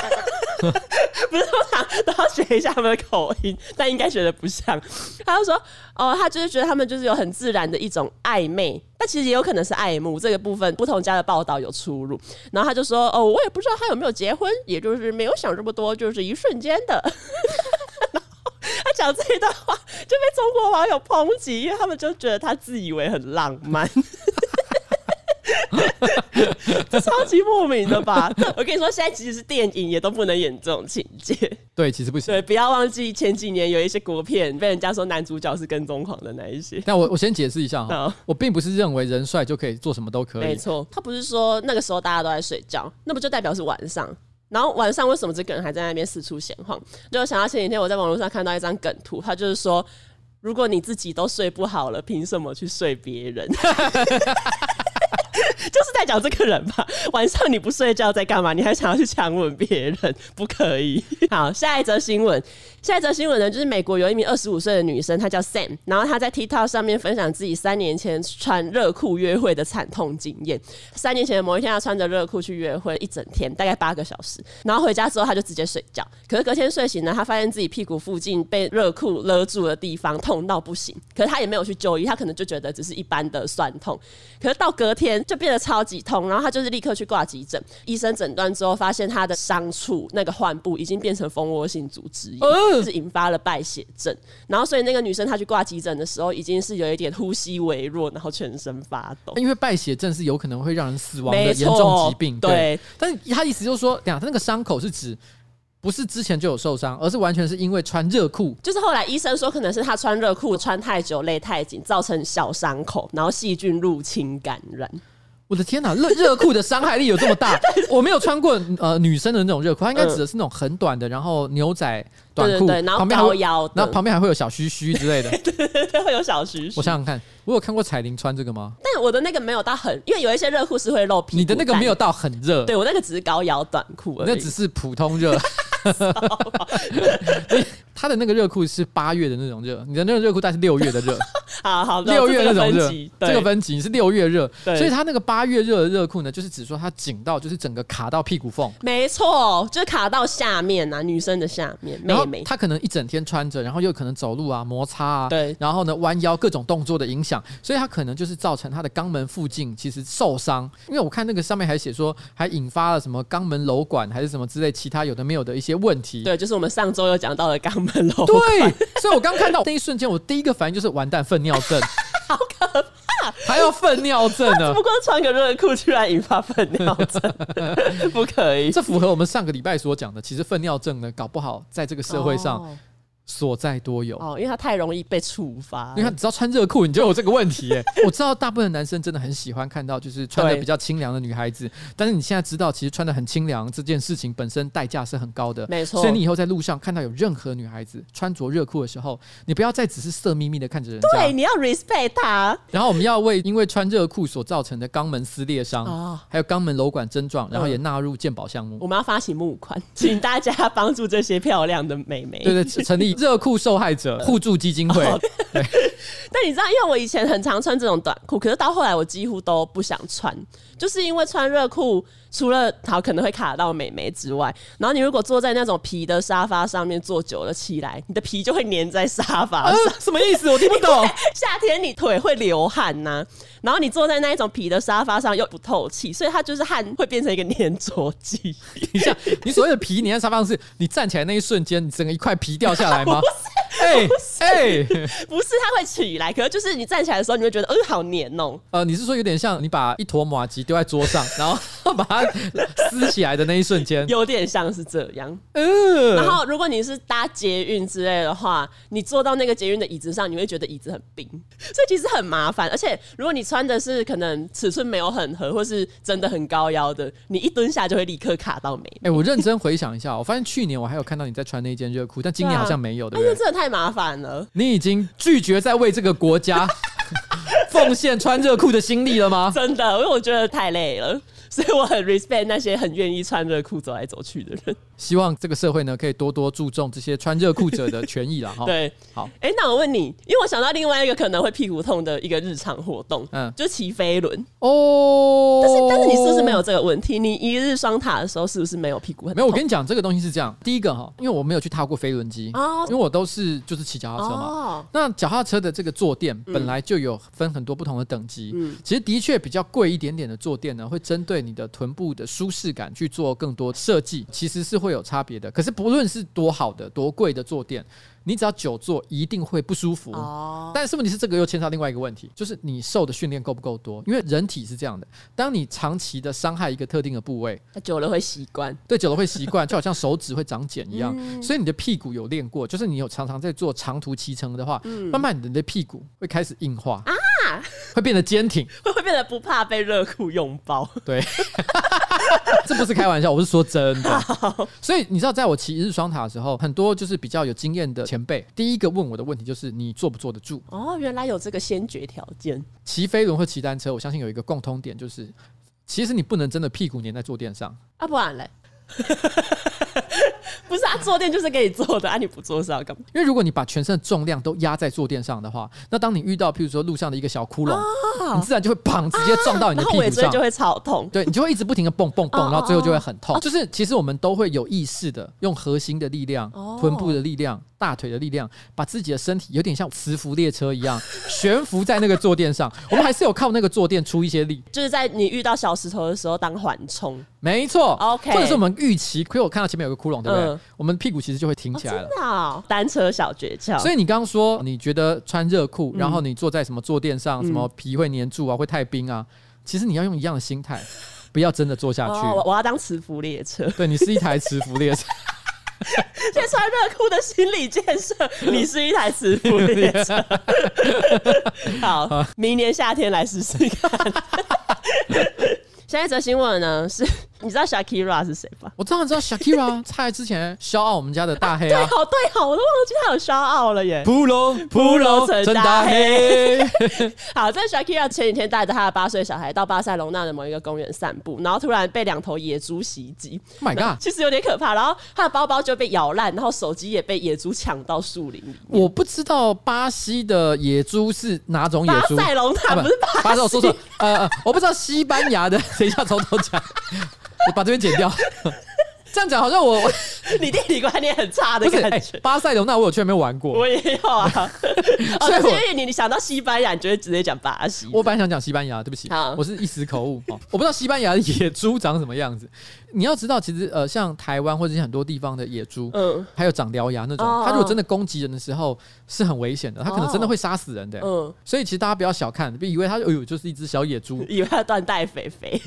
Speaker 2: 不是通常都要学一下他们的口音，但应该学的不像。”他就说：“哦，他就是觉得他们就是有很自然的一种暧昧。”但其实也有可能是爱慕这个部分，不同家的报道有出入。然后他就说：“哦，我也不知道他有没有结婚，也就是没有想这么多，就是一瞬间的。”他讲这一段话就被中国网友抨击，因为他们就觉得他自以为很浪漫。这超级莫名的吧？ 这我跟你说，现在即使是电影也都不能演这种情节。
Speaker 1: 对，其实不行。
Speaker 2: 对，不要忘记前几年有一些国片被人家说男主角是跟踪狂的那一些。
Speaker 1: 但我我先解释一下哈
Speaker 2: 好，
Speaker 1: 我并不是认为人帅就可以做什么都可
Speaker 2: 嗯没
Speaker 1: 以。
Speaker 2: 错，他不是说那个时候大家都在睡觉，那不就代表是晚上？然后晚上为什么这个人还在那边四处闲晃？就想到前几天我在网络上看到一张梗图，他就是说，如果你自己都睡不好了，凭什么去睡别人？ 就是在讲这个人吧，晚上你不睡觉在干嘛？你还想要去强吻别人？不可以。好，下一则新闻，下一则新闻呢，就是美国有一名二十五岁的女生，她叫 Sam，然后她在 TikTok 上面分享自己三年前穿热裤约会的惨痛经验。三年前的某一天，她穿着热裤去约会一整天，大概八个小时，然后回家之后她就直接睡觉。可是隔天睡醒呢，她发现自己屁股附近被热裤勒住的地方痛到不行，可是她也没有去就医，她可能就觉得只是一般的酸痛，可是到隔天就变得超级痛，然后他就是立刻去挂急诊，医生诊断之后发现他的伤处那个患部已经变成蜂窝性组织炎，
Speaker 1: 哦
Speaker 2: 就是引发了败血症。然后所以那个女生她去挂急诊的时候，已经是有一点呼吸微弱，然后全身发抖。
Speaker 1: 因为败血症是有可能会让人死亡的
Speaker 2: 没
Speaker 1: 严
Speaker 2: 错
Speaker 1: 重疾病，对。
Speaker 2: 对
Speaker 1: 但是他意思就是说，等一下他那个伤口是指不是之前就有受伤，而是完全是因为穿热裤。
Speaker 2: 就是后来医生说，可能是她穿热裤穿太久、勒太紧，造成小伤口，然后细菌入侵感染。
Speaker 1: 我的天哪，热热裤的伤害力有这么 大？我没有穿过呃女生的那种热裤，它应该指的是那种很短的，然后牛仔短裤，
Speaker 2: 对对对然后
Speaker 1: 旁边还会
Speaker 2: 高腰的
Speaker 1: 然后旁边还会有小须须之类的。
Speaker 2: 会 有小徐徐
Speaker 1: 我想想看，我有看过彩铃穿这个吗？
Speaker 2: 但我的那个没有到很，因为有一些热裤是会露屁股。
Speaker 1: 你的那个没有，到很热，
Speaker 2: 对我那个只是高腰短裤而已。
Speaker 1: 那只是普通 热。 他的那个热裤是八月的那种热，你的那个热裤带是六月的热，
Speaker 2: 好好，
Speaker 1: 六月那
Speaker 2: 这个
Speaker 1: 种
Speaker 2: 分
Speaker 1: 热
Speaker 2: 级，
Speaker 1: 这
Speaker 2: 对
Speaker 1: 个分级是六月热，
Speaker 2: 对
Speaker 1: 所以他那个八月热的热裤呢，就是指说它紧到就是整个卡到屁股缝，
Speaker 2: 没错，就是卡到下面呐、啊，女生的下面，
Speaker 1: 然后
Speaker 2: 妹妹。
Speaker 1: 他可能一整天穿着，然后又可能走路啊、摩擦啊，
Speaker 2: 对
Speaker 1: 然后呢弯腰各种动作的影响，所以他可能就是造成他的肛门附近其实受伤，因为我看那个上面还写说还引发了什么肛门瘘管还是什么之类其他有的没有的一些问题，
Speaker 2: 对，就是我们上周有讲到的肛门楼，
Speaker 1: 对，啊所以我刚看到那一瞬间，我第一个反应就是完蛋，粪尿 症，
Speaker 2: 好可怕！
Speaker 1: 还要粪尿症呢
Speaker 2: 不，过穿个热裤居然引发粪尿症，不可以。
Speaker 1: 这符合我们上个礼拜所讲的，其实粪尿症呢，搞不好在这个社会上。
Speaker 2: 哦
Speaker 1: 所在多有。
Speaker 2: 哦，因为他太容易被触发，
Speaker 1: 因为他只要穿热裤，你就有这个问题耶。 我知道大部分男生真的很喜欢看到就是穿的
Speaker 2: 对
Speaker 1: 比较清凉的女孩子，但是你现在知道，其实穿的很清凉这件事情本身代价是很高的。
Speaker 2: 没错
Speaker 1: 所以你以后在路上看到有任何女孩子穿着热裤的时候，你不要再只是色眯眯的看着人
Speaker 2: 对，
Speaker 1: 家。
Speaker 2: 你要 respect 他
Speaker 1: 然后我们要为因为穿热裤所造成的肛门撕裂伤，
Speaker 2: 啊。
Speaker 1: 还有肛门瘘管症状，然后也纳入健保项目。
Speaker 2: 我们要发起募款，请大家帮助这些漂亮的美眉。
Speaker 1: 对对，成立热裤受害者互助基金会。
Speaker 2: 但你知道，因为我以前很常穿这种短裤，可是到后来我几乎都不想穿，就是因为穿热裤除了好可能会卡到美眉之外，然后你如果坐在那种皮的沙发上面坐久了起来，你的皮就会粘在沙发
Speaker 1: 啊
Speaker 2: 上。，
Speaker 1: 什么意思？我听不懂。
Speaker 2: 夏天你腿会流汗呐、然后你坐在那一种皮的沙发上又不透气，所以它就是汗会变成一个粘着剂。
Speaker 1: 你像你所谓的皮粘在沙发上，是你站起来那一瞬间，你整个一块皮掉下来 吗？哎哎，
Speaker 2: 不是它会起来，可是就是你站起来的时候，你会觉得，呃，好黏哦、
Speaker 1: 呃，你是说有点像你把一坨马吉丢在桌上，然后 把它撕起来的那一瞬间？
Speaker 2: 有点像是这样。
Speaker 1: 呃，
Speaker 2: 然后，如果你是搭捷运之类的话，你坐到那个捷运的椅子上，你会觉得椅子很冰， 所以其实很麻烦。而且，如果你穿的是可能尺寸没有很合，或是真的很高腰的，你一蹲下就会立刻卡到眉
Speaker 1: 哎、我认真回想一下，我发现去年我还有看到你在穿那件热裤，但今年好像没有，对
Speaker 2: 哎，
Speaker 1: 不
Speaker 2: 那
Speaker 1: 对？
Speaker 2: 真的太麻烦 了。
Speaker 1: 你已经拒绝在为这个国家 奉献穿热裤的心力了吗？
Speaker 2: 真的，因为我觉得太累了，所以我很 respect 那些很愿意穿热裤走来走去的人。
Speaker 1: 希望这个社会呢，可以多多注重这些穿热裤者的权益了哈。
Speaker 2: 对，
Speaker 1: 好，
Speaker 2: 哎、那我问你，因为我想到另外一个可能会屁股痛的一个日常活动，
Speaker 1: 嗯
Speaker 2: 嗯，就骑飞轮。
Speaker 1: 哦，
Speaker 2: 但是，但是你是不是没有这个问题？你一日双塔的时候是不是没有屁股很痛？
Speaker 1: 没有，我跟你讲，这个东西是这样。第一个哈，因为我没有去踏过飞轮机，
Speaker 2: 哦
Speaker 1: 因为我都是就是骑脚踏车嘛。
Speaker 2: 哦，嗯
Speaker 1: 那脚踏车的这个坐垫本来就有分很多不同的等级，其实的确比较贵一点点的坐垫呢，会针对你的臀部的舒适感去做更多设计，其实是会有差别的。可是不论是多好的、多贵的坐垫，你只要久坐一定会不舒服。
Speaker 2: 哦，
Speaker 1: 但是问题是，这个又牵涉到另外一个问题，就是你受的训练够不够多？因为人体是这样的，当你长期的伤害一个特定的部位，
Speaker 2: 那久了会习惯。
Speaker 1: 对久了会习惯，就好像手指会长茧一样。所以你的屁股有练过，就是你有常常在做长途骑乘的话，慢慢你的屁股会开始硬化啊，会变得坚挺。
Speaker 2: 会会变得不怕被热裤拥抱，
Speaker 1: 对，这不是开玩笑，我是说真的。所以你知道，在我骑一日双塔的时候，很多就是比较有经验的前辈，第一个问我的问题就是你坐不坐得住？
Speaker 2: 哦，原来有这个先决条件，
Speaker 1: 骑飞轮或骑单车，我相信有一个共通点就是。其实你不能真的屁股粘在坐垫上，
Speaker 2: 啊，不然嘞， 不是啊，坐垫就是给你坐的啊，你不坐是要干嘛？
Speaker 1: 因为如果你把全身的重量都压在坐垫上的话，那当你遇到譬如说路上的一个小窟窿，
Speaker 2: 啊
Speaker 1: 你自然就会砰直接撞哦到你的
Speaker 2: 然后
Speaker 1: 屁
Speaker 2: 尾
Speaker 1: 股
Speaker 2: 椎
Speaker 1: 上
Speaker 2: 就，会超痛，
Speaker 1: 对你就会一直不停的蹦蹦蹦，
Speaker 2: 哦
Speaker 1: 然后最后就会很痛。就是其实我们都会有意识的用核心的力量、
Speaker 2: 哦
Speaker 1: 臀部的力量、大腿的力量，把自己的身体有点像磁浮列车一样 悬浮在那个坐垫上。我们还是有靠那个坐垫出一些力，
Speaker 2: 就是在你遇到小石头的时候当缓冲。
Speaker 1: 没错。
Speaker 2: OK
Speaker 1: 或者是我们预期，可我看到前面有个窟窿，对不对？
Speaker 2: 嗯
Speaker 1: 我们屁股其实就会挺起来了。
Speaker 2: 真的哦、单车小诀窍。
Speaker 1: 所
Speaker 2: 以
Speaker 1: 以你刚刚说你觉得穿热裤，
Speaker 2: 嗯
Speaker 1: 然后你坐在什么坐垫上，什么皮会粘住啊，会太冰啊，其实你要用一样的心态， 不要真的坐下去。
Speaker 2: 哦，我我要当磁浮列车。
Speaker 1: 对你是一台磁浮 列车，
Speaker 2: 现在穿热裤的心理建设，你是一台磁浮列 车。好，明年夏天来试试看。下一则新闻呢是，你知道 Shakira 是谁吧？
Speaker 1: 我当然知道 Shakira，她还之前消傲我们家的大黑
Speaker 2: 对
Speaker 1: 啊，
Speaker 2: 好对好，我都忘记他有骄傲了耶。
Speaker 1: 普龙
Speaker 2: 普龙
Speaker 1: 陈
Speaker 2: 陈
Speaker 1: 大
Speaker 2: 大
Speaker 1: 黑，
Speaker 2: 好，这 Shakira 前几天带着他的八岁小孩到巴塞隆纳的某一个公园散步，然后突然被两头野猪袭击，
Speaker 1: Oh my god！
Speaker 2: 其实有点可怕。然后他的包包就被咬烂，然后手机也被野猪抢到树林里。
Speaker 1: 我不知道巴西的野猪是哪种野
Speaker 2: 巴
Speaker 1: 猪，
Speaker 2: 塞隆
Speaker 1: 啊
Speaker 2: 纳不是巴
Speaker 1: 巴西，我说错，呃，呃我不知道西班牙的， 等一下从头讲， 我把这边剪掉。 这样讲好像我我
Speaker 2: 你地理观念很差的
Speaker 1: 不是
Speaker 2: 感
Speaker 1: 哎
Speaker 2: 觉。
Speaker 1: 巴塞罗那我有去没有玩过？
Speaker 2: 我也 有啊，哦，
Speaker 1: 所以
Speaker 2: 但是
Speaker 1: 我
Speaker 2: 因为你你想到西班牙，你就会直接讲巴西。
Speaker 1: 我本来想讲西班牙，对不起
Speaker 2: 好，
Speaker 1: 我是一时口误、哦。我不知道西班牙的 野猪长什么样子。你要知道，其实呃，像台湾或者是很多地方的野猪，
Speaker 2: 嗯
Speaker 1: 还有长獠牙那种，
Speaker 2: 哦
Speaker 1: 它如果真的攻击人的时候是很危险的，它可能真的会杀死人的。
Speaker 2: 嗯，
Speaker 1: 所以其实大家不要小看，别以为它哎呦就是一只小野猪
Speaker 2: ，以为他断带肥肥，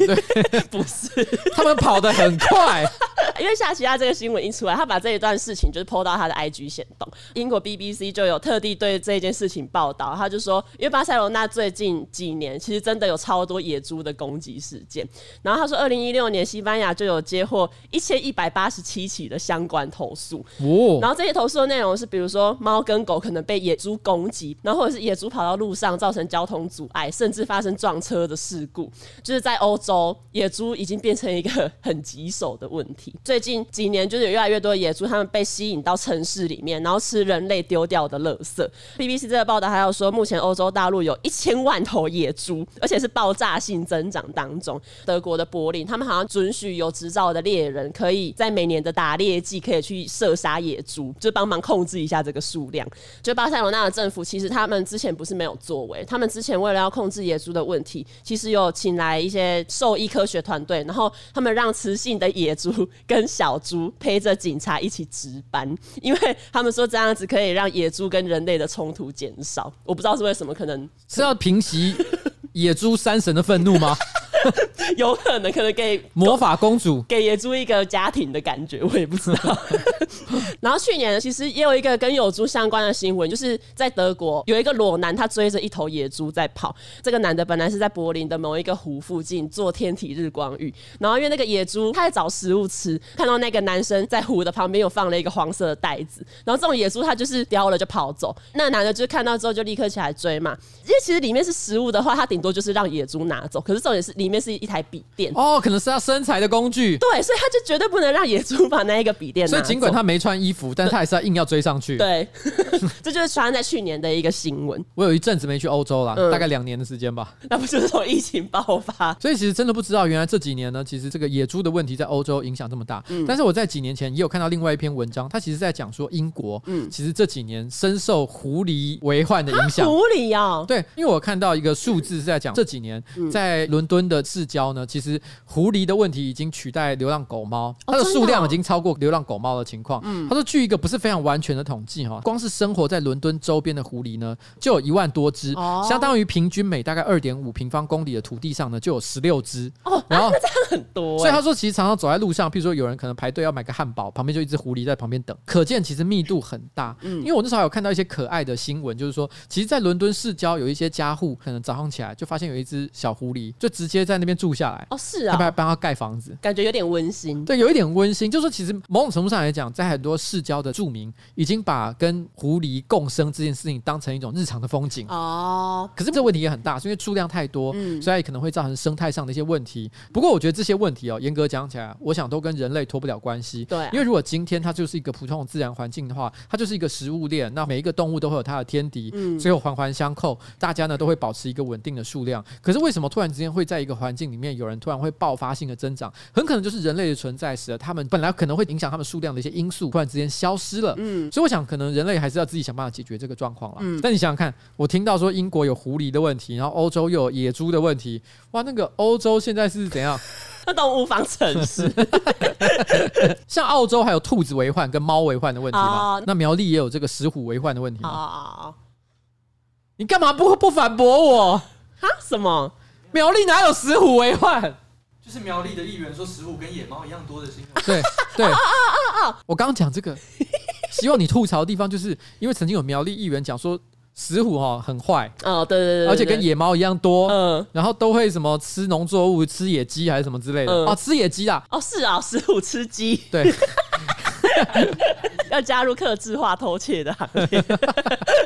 Speaker 2: 不是，
Speaker 1: 它们跑得很快。
Speaker 2: 因因为夏奇亚这个新闻一出来，他把这一段事情就是 PO 到他的 IG 线动，英国 BBC 就有特地对这件事情报道，他就说，因为巴塞罗那最近几年其实真的有超多野猪的攻击事件，然后他说，二零一六年西班牙就有接获一千一百八十七起的相关投诉，然
Speaker 1: 哦，
Speaker 2: 后这些投诉的内容是，比如说猫跟狗可能被野猪攻击，然后或者是野猪跑到路上造成交通阻碍，甚至发生撞车的事故。就是在欧洲，野猪已经变成一个很棘手的问题。最近几年，就是有越来越多的野猪，它们被吸引到城市里面，然后吃人类丢掉的垃圾。BBC 这个报道还有说，目前欧洲大陆有一千万头野猪，而且是爆炸性增长当中。德国的柏林，他们好像准许有执照的猎人可以在每年的打猎季可以去射杀野猪，就帮忙控制一下这个数量。就巴塞罗那的政府其实他们之前不是没有作为，他们之前为了要控制野猪的问题，其实有请来一些兽医科学团队，然后他们让雌性的野猪跟小猪陪着警察一起值班，因为他们说这样子可以让野猪跟人类的冲突减少。我不知道是为什么，可能
Speaker 1: 是要平息野猪山神的愤怒吗？
Speaker 2: 有可能可能给
Speaker 1: 魔法公主
Speaker 2: 给野猪一个家庭的感觉，我也不知道。 然后去年其实也有一个跟野猪相关的新闻，就是在德国有一个裸男，他追着一头野猪在跑。这个男的本来是在柏林的某一个湖附近做天体日光浴，然后因为那个野猪他在找食物吃，看到那个男生在湖的旁边有放了一个黄色的袋子，然后这种野猪它就是叼了就跑走。那男的就看到之后就立刻起来追嘛，因为其实里面是食物的话，他顶多就是让野猪拿走，可是重点是里面是一台笔电。
Speaker 1: 哦，可能是她身材的工具。
Speaker 2: 对，所以他就绝对不能让野猪把那一个笔电拿走。
Speaker 1: 所以尽管她没穿衣服，但她还是要硬要追上去。
Speaker 2: 对， 这就是发生在去年的一个新闻，
Speaker 1: 我有一阵子没去欧洲啦，大概两年的时间吧。
Speaker 2: 那不就是从疫情爆发？
Speaker 1: 嗯所以其实真的不知道，原来这几年呢，其实这个野猪的问题在欧洲影响这么大。但是我在几年前也有看到另外一篇文章，它其实在讲说英国，嗯其实这几年深受狐狸为患的影响。
Speaker 2: 狐狸哦，
Speaker 1: 对，因为我看到一个数字是在讲这几年
Speaker 2: 嗯
Speaker 1: 在伦敦的市郊呢，其实狐狸的问题已经取代流浪狗猫，它的
Speaker 2: 真的
Speaker 1: 数量
Speaker 2: 哦嗯
Speaker 1: 已经超过流浪狗猫的情况。他说，据一个不是非常完全的统计哈，光是生活在伦敦周边的狐狸呢，就有一万多只，
Speaker 2: 哦
Speaker 1: 相当于平均每大概二点五平方公里的土地上呢，就有十六只。
Speaker 2: 哦，
Speaker 1: 然后，
Speaker 2: 很多、
Speaker 1: 所以
Speaker 2: 欸，
Speaker 1: 他说，其实常常走在路上，譬如说有人可能排队要买个汉堡，旁边就一只狐狸在旁边等，可见其实密度很大。
Speaker 2: 嗯
Speaker 1: 因为我那时候还有看到一些可爱的新闻，就是说，其实，在伦敦市郊有一些家户可能早上起来就发现有一只小狐狸，就直接在那边住下来，
Speaker 2: 哦是
Speaker 1: 他
Speaker 2: 啊、
Speaker 1: 们还帮他盖房子。
Speaker 2: 感觉有点温馨。
Speaker 1: 对，有一点温馨，就是说，其实某种程度上来讲，在很多市郊的住民已经把跟狐狸共生这件事情当成一种日常的风景。
Speaker 2: 哦，
Speaker 1: 可是嗯这问题也很大，是因为数量太多，所以可能会造成生态上的一些问题。不过我觉得这些问题哦，严格讲起来，我想都跟人类脱不了关系。
Speaker 2: 对啊
Speaker 1: 因为如果今天它就是一个普通的自然环境的话，它就是一个食物链，那每一个动物都会有它的天敌，
Speaker 2: 嗯
Speaker 1: 最后环环相扣，大家呢都会保持一个稳定的数量。可是为什么突然之间会在一个环境里面有人突然会爆发性的增长？很可能就是人类的存在使得他们本来可能会影响他们数量的一些因素突然之间消失了。
Speaker 2: 嗯
Speaker 1: 所以我想，可能人类还是要自己想办法解决这个状况了。但你想想看，我听到说英国有狐狸的问题，然后欧洲又有野猪的问题，哇，那个欧洲现在是怎样？
Speaker 2: 那动物方程 式
Speaker 1: 像澳洲还有兔子为患跟猫为患的问题嘛？
Speaker 2: 哦
Speaker 1: 那苗栗也有这个石虎为患的问题
Speaker 2: 哦
Speaker 1: 嘛？
Speaker 2: 哦
Speaker 1: 你干嘛不不反驳我？
Speaker 2: 哈啊什么？
Speaker 1: 苗栗哪有石虎为患？
Speaker 4: 就是苗栗的议员说食物跟野猫一样多的新闻。
Speaker 1: 对
Speaker 2: 哦
Speaker 1: 对，我刚刚讲这个，希望你吐槽的地方，就是因为曾经有苗栗议员讲说石虎哈、哦、很坏，
Speaker 2: 哦，对对对
Speaker 1: 而且跟
Speaker 2: 对
Speaker 1: 野猫一样多。
Speaker 2: 嗯。
Speaker 1: 然后都会什么吃农作物、吃野鸡还是什么之类的、
Speaker 2: 嗯
Speaker 1: 哦，吃野鸡啦，
Speaker 2: 哦，是啊，十五吃鸡
Speaker 1: 对，
Speaker 2: 要加入克制化偷窃的行列，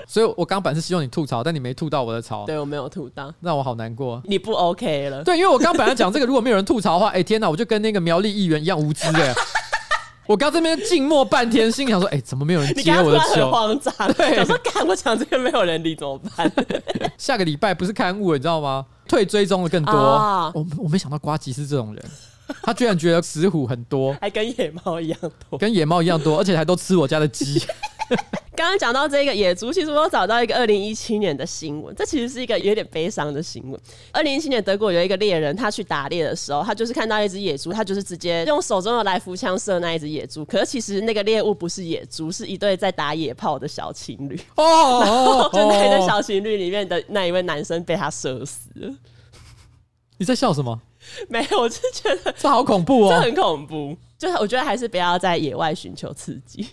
Speaker 1: 所以我刚本来是希望你吐槽，但你没吐到我的槽，
Speaker 2: 对我没有吐到，
Speaker 1: 让我好难过。
Speaker 2: 你不 OK 了，
Speaker 1: 对，因为我刚本来讲这个，如果没有人吐槽的话，哎、天哪，我就跟那个苗栗议员一样无知哎、我刚这边静默半天，心想说，哎、怎么没有人
Speaker 2: 你
Speaker 1: 接
Speaker 2: 刚刚
Speaker 1: 我
Speaker 2: 突
Speaker 1: 的
Speaker 2: 然很
Speaker 1: 球？
Speaker 2: 慌张，
Speaker 1: 对
Speaker 2: 想说干，我讲这个没有人理怎么办？
Speaker 1: 下个礼拜不是刊物了，你知道吗？退追踪的更多。
Speaker 2: 啊
Speaker 1: 我我没想到瓜吉是这种人，他居然觉得石虎很多，
Speaker 2: 还跟野猫一样多。
Speaker 1: 跟野猫一样多，而且还都吃我家的 鸡。
Speaker 2: 刚刚讲到这个野猪，其实我有找到一个二零一七年的新闻，这其实是一个有点悲伤的新闻。二零一七年德国有一个猎人，他去打猎的时候，他就是看到一只野猪，他就是直接用手中的来福枪射那一只野猪，可是其实那个猎物不是野猪，是一对在打野炮的小情 侣。
Speaker 1: 哦哦，哦
Speaker 2: 就那一对小情侣里面的那一位男生被他射死了，
Speaker 1: 你在笑什么？
Speaker 2: 没有，我就觉得
Speaker 1: 这好恐怖哦！
Speaker 2: 这很恐怖。就是我觉得还是不要在野外寻求刺激。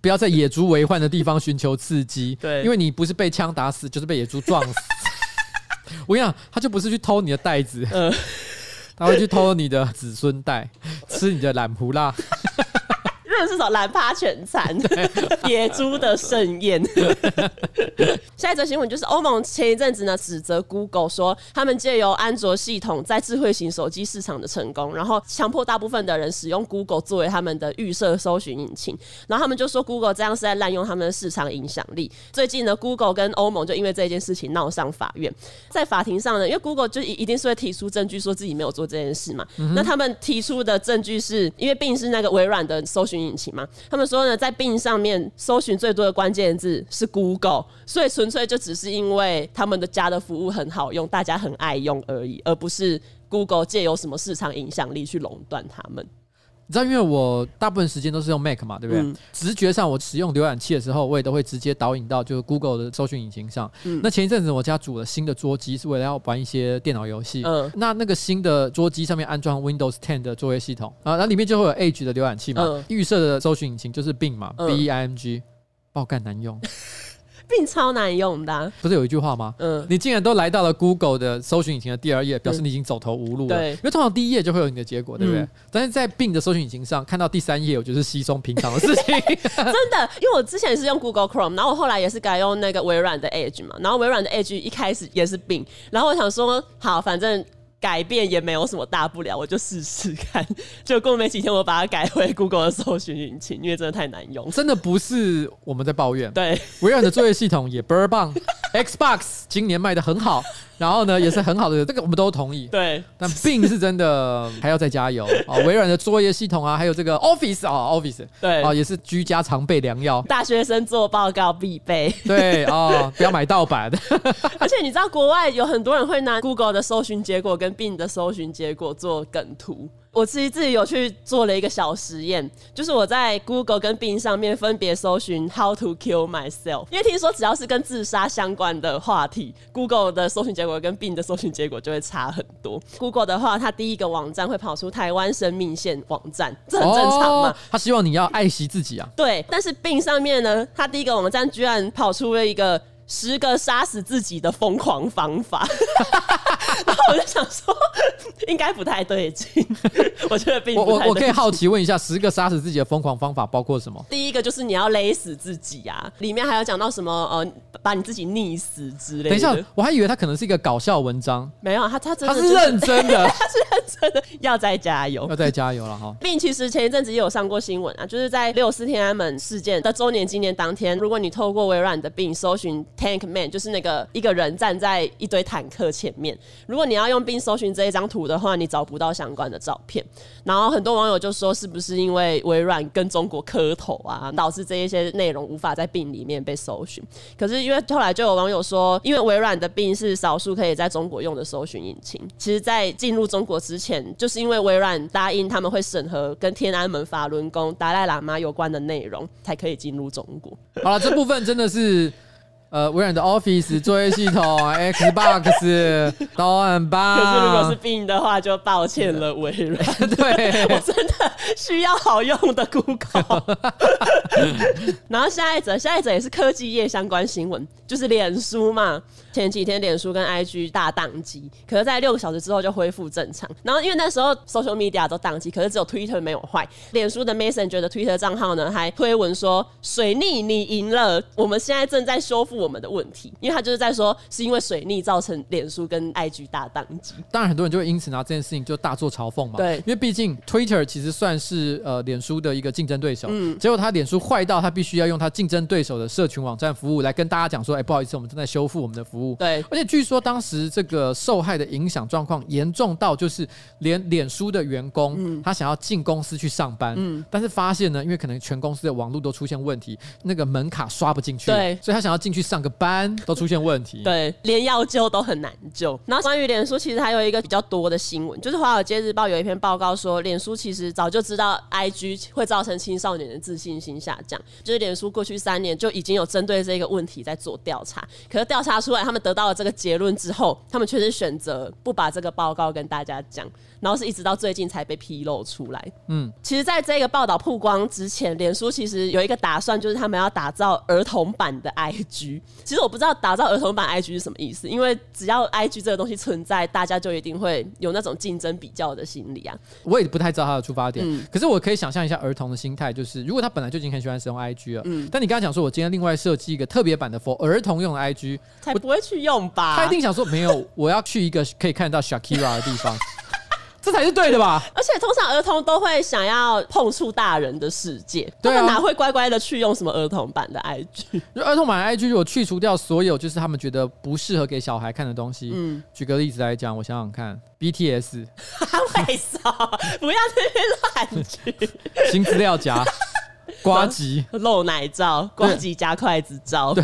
Speaker 1: 不要在野猪为患的地方寻求刺激，
Speaker 2: 对
Speaker 1: 因为你不是被枪打死，就是被野猪撞死。 我跟你讲，他就不是去偷你的袋子，
Speaker 2: 嗯
Speaker 1: 他会去偷你的子孙袋，吃你的懒胡辣。
Speaker 2: 日本是首蓝趴全餐， 野猪的盛宴。 下一则新闻就是欧盟前一阵子呢指责 Google 说，他们借由安卓系统在智慧型手机市场的成功，然后强迫大部分的人使用 Google 作为他们的预设搜寻引擎，然后他们就说 Google 这样是在滥用他们的市场影响力。最近呢，Google 跟欧盟就因为这件事情闹上法院，在法庭上呢，因为 Google 就一一定是会提出证据说自己没有做这件事嘛。那他们提出的证据是因为 Bing 是那个微软的搜寻引擎嘛，他们说呢，在 Bing 上面搜寻最多的关键字是 Google，所以纯粹就只是因为他们的家的服务很好用，大家很爱用而已，而不是 Google 借由什么市场影响力去垄断他们。
Speaker 1: 你知道，因为我大部分时间都是用 Mac 嘛，对不对？
Speaker 2: 嗯
Speaker 1: 直觉上，我使用浏览器的时候，我也都会直接导引到就是 Google 的搜寻引擎上。
Speaker 2: 嗯
Speaker 1: 那前一阵子我家组了新的桌机，是为了要玩一些电脑游戏。
Speaker 2: 嗯
Speaker 1: 那那个新的桌机上面安装 Windows 10的作业系统啊，然后里面就会有 Edge 的浏览器嘛，
Speaker 2: 嗯
Speaker 1: 预设的搜寻引擎就是 Bing 嘛、
Speaker 2: 嗯
Speaker 1: b E I N G，爆干难用。
Speaker 2: Bing 超难用的啊、
Speaker 1: 不是有一句话吗？
Speaker 2: 嗯，
Speaker 1: 你竟然都来到了 Google 的搜寻引擎的第二页，表示你已经走投无路了。
Speaker 2: 对
Speaker 1: 因为通常第一页就会有你的结果，对不对？
Speaker 2: 嗯
Speaker 1: 但是在 Bing 的搜寻引擎上看到第三页，我觉得是稀松平常的事情。
Speaker 2: 真的，因为我之前也是用 Google Chrome，然后我后来也是改用那个微软的 Edge 嘛，然后微软的 Edge 一开始也是 Bing，然后我想说好，反正。改变也没有什么大不了，我就试试看。结果没几天，我把它改回 Google 的搜寻引擎，因为真的太难用。
Speaker 1: 真的不是我们在抱怨，
Speaker 2: 对，
Speaker 1: 微软的作业系统也倍儿棒，Xbox 今年卖的很好，然后呢也是很好的，这个我们都同意。
Speaker 2: 对，
Speaker 1: 但 Bing 是真 的还要再加油啊、微软的作业系统啊，还有这个 Office 啊、Office
Speaker 2: 对
Speaker 1: 啊、也是居家常备良药。
Speaker 2: 大学生做报告必备。
Speaker 1: 对啊、不要买盗版。
Speaker 2: 而且你知道，国外有很多人会拿 Google 的搜寻结果跟 Bing 的搜寻结果做梗图。我其实自己有去做了一个小实验，就是我在 Google 跟 Bing 上面分别搜寻 “How to kill myself”，因为听说只要是跟自杀相关的话题，Google 的搜寻结果跟 Bing 的搜寻结果就会差很多。Google 的话，它第一个网站会跑出台湾生命线网站，这 很正常嘛
Speaker 1: 哦。他希望你要爱惜自己啊。
Speaker 2: 对，但是病上面呢，他第一个网站居然跑出了一个十个杀死自己的疯狂方法， 然后我就想说，应该不太对劲，我觉得病
Speaker 1: 我
Speaker 2: 不
Speaker 1: 我
Speaker 2: 太
Speaker 1: 我可以
Speaker 2: 对劲。
Speaker 1: 好奇问一下，十个杀死自己的疯狂方法包括什么？
Speaker 2: 第一个就是你要勒死自己啊，里面还有讲到什么呃，把你自己溺死之类的。
Speaker 1: 等一下，我还以为它可能是一个搞笑文章，
Speaker 2: 没有他他真
Speaker 1: 它
Speaker 2: 的、
Speaker 1: 是
Speaker 2: 就是、
Speaker 1: 认真 的，
Speaker 2: 真的要再加油
Speaker 1: 要。再加油了哈。
Speaker 2: 并其实前一阵子也有上过新闻啊，就是在六四天安门事件的周年纪念当天，如果你透过微软的 Bing 搜寻 Tank Man，就是那个一个人站在一堆坦克前面，如果你要用 Bing 搜寻这一张图的话，你找不到相关的照片。然后很多网友就说，是不是因为微软跟中国磕头啊，导致这一些内容无法在 Bing 里面被搜寻？可是因为后来就有网友说，因为微软的 Bing 是少数可以在中国用的搜寻引擎，其实，在进入中国之前，就是因为微软答应他们会审核跟天安门、法轮功、达赖喇嘛有关的内容，才可以进入中国。
Speaker 1: 好了，这部分真的是。呃，微软的 Office 作业系统、Xbox 导很吧。
Speaker 2: 可是如果是 Bing 的话，就抱歉了，微 软
Speaker 1: 对，
Speaker 2: 真的需要好用的 Google。然后下一则，下一则也是科技业相关新闻，就是脸书嘛。前几天脸书跟 IG 大宕机，可是在六个小时之后就恢复正常。然后因为那时候 social media 都宕机，可是只有 Twitter 没有坏。脸书的 Messenger 的 Twitter 账号呢，还推文说：“水逆，你赢了，我们现在正在修复我们的问题。”因为他就是在说，是因为水逆造成脸书跟 IG 大宕机。
Speaker 1: 当然很多人就会因此拿这件事情就大做嘲讽嘛。
Speaker 2: 对
Speaker 1: 因为毕竟 Twitter 其实算是呃脸书的一个竞争对手，
Speaker 2: 嗯
Speaker 1: 结果他脸书坏到他必须要用他竞争对手的社群网站服务来跟大家讲说，哎、不好意思，我们正在修复我们的服务。
Speaker 2: 对
Speaker 1: 而且据说当时这个受害的影响状况严重到，就是连脸书的员工，
Speaker 2: 嗯
Speaker 1: 他想要进公司去上班，但是发现呢，因为可能全公司的网络都出现问题，那个门卡刷不进去，
Speaker 2: 对
Speaker 1: 所以他想要进去上个班都出现问题。
Speaker 2: 对，连要救都很难救。然后关于脸书，其实还有一个比较多的新闻，就是《华尔街日报》有一篇报告说，脸书其实早就知道 IG 会造成青少年的自信心下降，就是脸书过去三年就已经有针对这个问题在做调查，可是调查出来他们们得到了这个结论之后，他们却是选择不把这个报告跟大家讲，然后是一直到最近才被披露出来。
Speaker 1: 嗯
Speaker 2: 嗯，其实在这个报道曝光之前，脸书其实有一个打算，就是他们要打造儿童版的 IG。其实我不知道打造儿童版 IG 是什么意思，因为只要 IG 这个东西存在，大家就一定会有那种竞争比较的心理啊。
Speaker 1: 我也不太知道他的出发点，
Speaker 2: 嗯
Speaker 1: 可是我可以想象一下儿童的心态，就是如果他本来就已经很喜欢使用 IG 了，
Speaker 2: 嗯
Speaker 1: 但你刚刚讲说我今天另外设计一个特别版的 for 儿童用的 IG，
Speaker 2: 才不会去用吧？
Speaker 1: 他一定想说没有，我要去一个可以看到 Shakira 的地方， 这才是对的吧？
Speaker 2: 而且通常儿童都会想要碰触大人的世界，
Speaker 1: 对啊
Speaker 2: 他们哪会乖乖的去用什么儿童版的 IG？
Speaker 1: 就儿童版 IG 如果去除掉所有就是他们觉得不适合给小孩看的东西，
Speaker 2: 嗯
Speaker 1: 举个例子来讲，我想想看，BTS
Speaker 2: 他为什么不要这边乱去
Speaker 1: 新资料夹、瓜吉，
Speaker 2: 露奶照、光机加筷子照？
Speaker 1: 对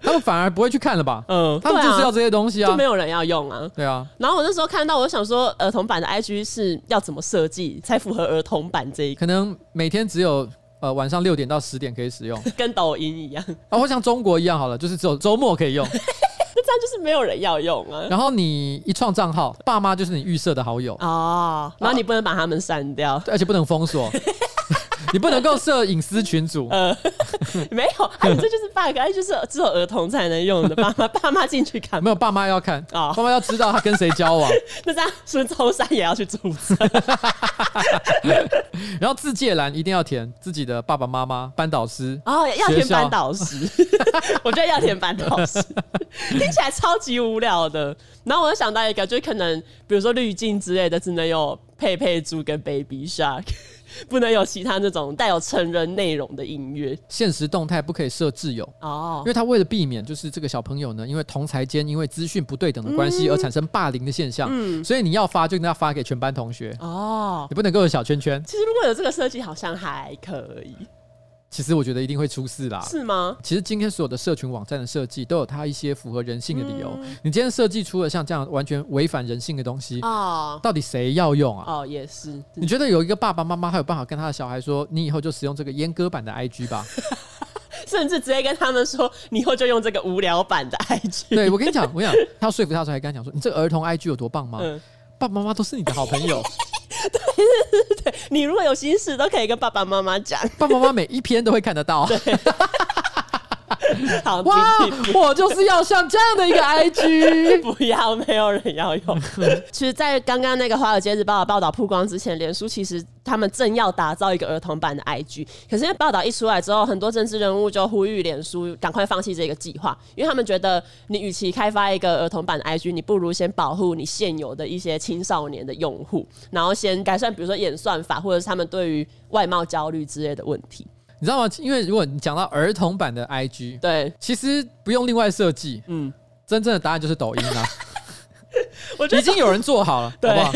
Speaker 1: 他们反而不会去看了吧？
Speaker 2: 嗯
Speaker 1: 他们就是要
Speaker 2: 对
Speaker 1: 这些东西
Speaker 2: 啊，就
Speaker 1: 啊
Speaker 2: 没，有人要用啊。
Speaker 1: 对啊，
Speaker 2: 然后我那时候看到，我就想说，儿童版的 IG 是要怎么设计才符合儿童版这一个，
Speaker 1: 可能每天只有呃晚上六点到十点可以使用，
Speaker 2: 跟抖音一样，
Speaker 1: 啊，或像中国一样好了，就是只有周末可以用。
Speaker 2: 那这样就是没有人要用啊。
Speaker 1: 然后你一创账号，爸妈就是你预设的好友，
Speaker 2: 哦，然后你不能把他们删掉，
Speaker 1: 而且不能封锁， 你不能够设隐私群 组。
Speaker 2: 呃没有，啊、你这就是 bug，哎，就是只有儿童才能用的，爸妈爸妈进去看
Speaker 1: 没有爸妈要看，
Speaker 2: 哦
Speaker 1: 爸妈要知道他跟谁交 往，
Speaker 2: 那这样孙中山也要去注册，
Speaker 1: 然后自介栏一定要填自己的爸爸妈妈、班导师。
Speaker 2: 哦，要填
Speaker 1: 学校
Speaker 2: 班导师， 我觉得要填班导 师，听起来超级无聊的。然后我又想到一个，就是可能比如说滤镜之类的，只能有佩佩猪跟 Baby Shark，不 能有其他那种带有成人内容的音乐
Speaker 1: 现实动态不可以设挚友，
Speaker 2: 哦
Speaker 1: 因。为他为了避免就是这个小朋友呢，因为同才间因为资讯不对等的关
Speaker 2: 嗯
Speaker 1: 系而产生霸凌的现象，所以你要发就应该发给全班同学，
Speaker 2: 哦，
Speaker 1: 你不能够有小圈圈。
Speaker 2: 其实如果有这个设计，好像还可以，
Speaker 1: 其实我觉得一定会出事啦。
Speaker 2: 是吗？
Speaker 1: 其实今天所有的社群网站的设计都有它一些符合人性的理由。
Speaker 2: 嗯
Speaker 1: 你今天设计出了像这样完全违反人性的东西，
Speaker 2: 哦
Speaker 1: 到底谁要用啊？
Speaker 2: 哦，也是，
Speaker 1: 你觉得有一个爸爸妈妈还有办法跟他的小孩说，你以后就使用这个阉割版的 IG 吧？
Speaker 2: 甚至直接跟他们说，你以后就用这个无聊版的 IG。
Speaker 1: 对我跟你讲，我跟你讲他要说服他的时候还跟他讲说，你这个儿童 IG 有多棒吗？
Speaker 2: 嗯
Speaker 1: 爸爸妈妈都是你的好朋友，
Speaker 2: 你如果有心事，都可以跟爸爸妈妈讲。
Speaker 1: 爸爸妈妈每一篇都会看得 到。
Speaker 2: 好，
Speaker 1: 哇
Speaker 2: 你，
Speaker 1: 我就是要像这样的一个 IG。
Speaker 2: 不要，没有人要用。 其实，在刚刚那个《华尔街日报》的报道曝光之前，脸书其实他们正要打造一个儿童版的 IG，可是因为报道一出来之后，很多政治人物就呼吁脸书赶快放弃这个计划，因为他们觉得你与其开发一个儿童版的 IG，你不如先保护你现有的一些青少年的用户，然后先改善，比如说演算法，或者是他们对于外貌焦虑之类的问题。
Speaker 1: 你知道吗？因为如果你讲到儿童版的 IG，
Speaker 2: 对，
Speaker 1: 其实不用另外设计，
Speaker 2: 嗯，
Speaker 1: 真正的答案就是抖音啊，
Speaker 2: 我觉得
Speaker 1: 已经有人做好 了，好
Speaker 2: 对
Speaker 1: 不好？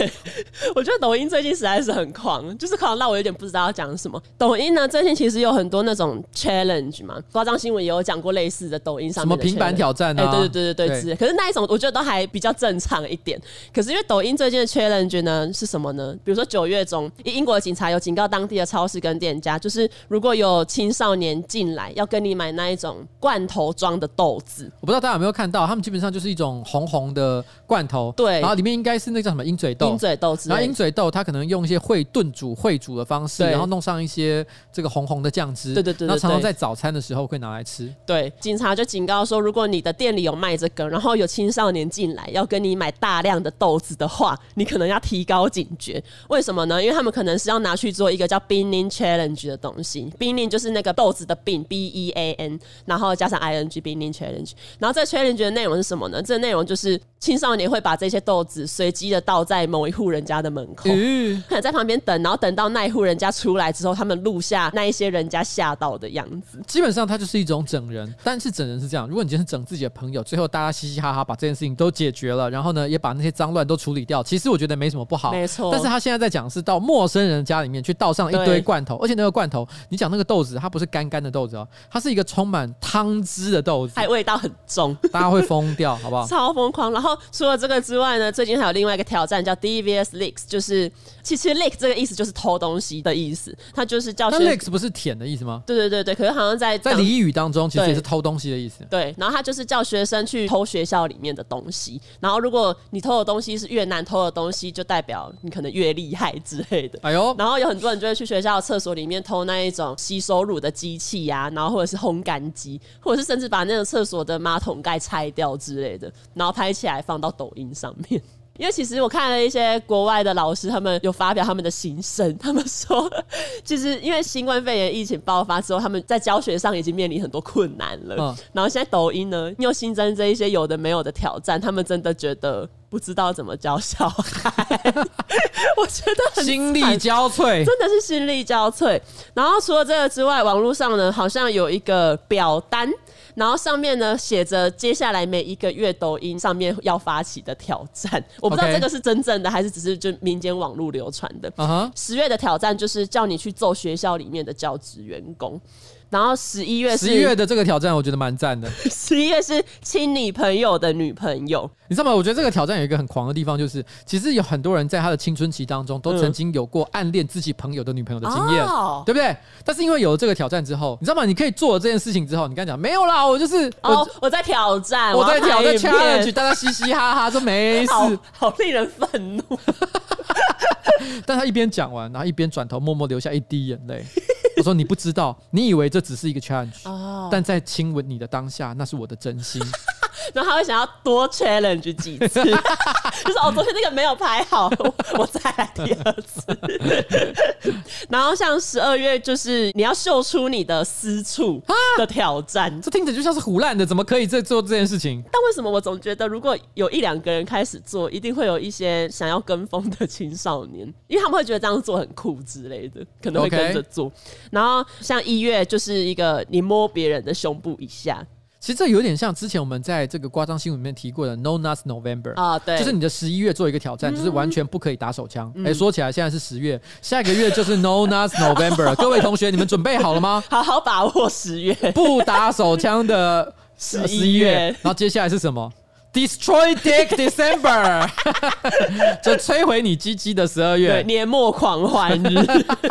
Speaker 2: 我觉得抖音最近实在是很狂，就是狂到我有点不知道要讲什么。抖音呢，最近其实有很多那种 challenge 嘛，夸张新闻也有讲过类似的抖音上
Speaker 1: 什么
Speaker 2: 面的
Speaker 1: 平板
Speaker 2: challenge
Speaker 1: 挑战啊？
Speaker 2: 哎、对对对对对，之类可是那一种我觉得都还比较正常一点。可是因为抖音最近的 challenge 呢是什么呢？比如说九月中，英国的警察有警告当地的超市跟店家，就是如果有青少年进来要跟你买那一种罐头装的豆子，
Speaker 1: 我不知道大家有没有看到，他们基本上就是一种红红的罐头，
Speaker 2: 对
Speaker 1: 然后里面应该是那叫什么鹰嘴豆
Speaker 2: 鹰。嘴豆之
Speaker 1: 然后
Speaker 2: 类
Speaker 1: 鹰
Speaker 2: 的。
Speaker 1: 嘴豆，它可能用一些会炖煮、会煮的方式，
Speaker 2: 对
Speaker 1: 然后弄上一些这个红红的酱汁，
Speaker 2: 对对对对
Speaker 1: 然后常常
Speaker 2: 对
Speaker 1: 在早餐的时候会拿来吃。
Speaker 2: 对，警察就警告说，如果你的店里有卖这个，然后有青少年进来要跟你买大量的豆子的话，你可能要提高警觉。为什么呢？因为他们可能是要拿去做一个叫 binning challenge 的东西。binning 就是那个豆子的 bin b e a n，然后加上 i n g binning challenge。然后这个 challenge 的内容是什么呢？这个内容就是青少年会把这些豆子随机的倒在某一户人家的门口。
Speaker 1: 嗯，
Speaker 2: 可能 在旁边等，然后等到那一户人家出来之后，他们录下那一些人家吓到的样子。
Speaker 1: 基本上它就是一种整人，但是整人是这样：如果你今天是整自己的朋友，最后大家嘻嘻哈哈把这件事情都解决了，然后呢也把那些脏乱都处理掉，其实我觉得没什么不好。
Speaker 2: 没
Speaker 1: 哦
Speaker 2: 错
Speaker 1: 但是他现在在讲是到陌生人家里面去倒上一堆
Speaker 2: 哦对
Speaker 1: 罐头，而且那个罐头，你讲那个豆子，它不是干干的豆子哦，它是一个充满汤汁的豆子，
Speaker 2: 哎还味道很重，
Speaker 1: 大家会疯掉，好不好？
Speaker 2: 超疯狂。然后除了这个之外外呢，最近还有另外一个挑战叫 DVS leaks，就是其实 leak 这个意思就是偷东西的意思，它就是叫
Speaker 1: 那
Speaker 2: 学
Speaker 1: lex 不是舔的意思吗？
Speaker 2: 对对对对，可是好像在
Speaker 1: 在
Speaker 2: 当
Speaker 1: 俚语当中，其实
Speaker 2: 对
Speaker 1: 也是偷东西的意思。
Speaker 2: 对，然后他就是叫学生去偷学校里面的东西，然后如果你偷的东西是越难偷的东西，就代表你可能越厉害之类的。
Speaker 1: 哎呦，
Speaker 2: 然后有很多人就会去学校的厕所里面偷那一种吸收乳的机器呀、然后或者是烘干机，或者是甚至把那个厕所的马桶盖拆掉之类的，然后拍起来放到抖音上面。 因为其实我看了一些国外的老师，他们有发表他们的心声，他们说，其实因为新冠肺炎疫情爆发之后，他们在教学上已经面临很多困难了。
Speaker 1: 嗯
Speaker 2: 然后现在抖音呢又新增这一些有的没有的挑战，他们真的觉得不知道怎么教小孩， 我觉得很
Speaker 1: 心
Speaker 2: 惨
Speaker 1: 力交瘁，
Speaker 2: 真的是心力交瘁。然后除了这个之外，网络上呢好像有一个表单，然后上面呢写着接下来每一个月抖音上面要发起的挑战。 我不知道
Speaker 1: OK
Speaker 2: 这个是真正的还是只是就民间网络流传的。
Speaker 1: 啊哈！
Speaker 2: 十月的挑战就是叫你去揍学校里面的教职员工，然后十一月是
Speaker 1: 十一月的这个挑战，我觉得蛮赞的。
Speaker 2: 十一月是亲你朋友的女朋友，
Speaker 1: 你知道吗？我觉得这个挑战有一个很狂的地方，就是其实有很多人在他的青春期当中都
Speaker 2: 嗯
Speaker 1: 曾经有过暗恋自己朋友的女朋友的经验，
Speaker 2: 哦
Speaker 1: 对不对？但是因为有了这个挑战之后，你知道吗？你可以做了这件事情之后，你刚讲没有啦，我就是我、
Speaker 2: 哦，我在挑战，
Speaker 1: 我在
Speaker 2: 要
Speaker 1: 挑
Speaker 2: 拍
Speaker 1: 战
Speaker 2: 影片
Speaker 1: challenge，大家嘻嘻哈哈，说没
Speaker 2: 好
Speaker 1: 事。
Speaker 2: 好令人愤怒。
Speaker 1: 但他一边讲完，然后一边转头默默流下一滴眼 泪。我说你不知道，你以为这只是一个 challenge，、
Speaker 2: 哦
Speaker 1: 但在亲吻你的当下，那是我的真心。
Speaker 2: 然后他会想要多 challenge 几次，就是哦，昨天那个没有拍好， 我我再来第二次。然后像十二月，就是你要秀出你的私处
Speaker 1: 啊
Speaker 2: 的挑战。
Speaker 1: 这听着就像是胡乱的，怎么可以在做这件事情？
Speaker 2: 但为什么我总觉得，如果有一两个人开始做，一定会有一些想要跟风的青少年，因为他们会觉得这样做很酷之类的，可能会
Speaker 1: OK
Speaker 2: 跟着做。然后像一月就是一个你摸别人的胸部以下
Speaker 1: 其实这有点像之前我们在这个夸张新闻里面提过的 No Nuts November。
Speaker 2: 啊，对，嗯
Speaker 1: 就是你的十一月做一个挑战，就是完全不可以打手枪。哎、说起来现在是十月，下个月就是 No Nuts November。各位同学，你们准备好了吗？
Speaker 2: 好好把握十月。
Speaker 1: 不打手枪的
Speaker 2: 11
Speaker 1: 11
Speaker 2: 月
Speaker 1: 然后接下来是什么？Destroy Dick December，就摧毁你鸡鸡的十二
Speaker 2: 对，
Speaker 1: 月。
Speaker 2: 年末狂欢日，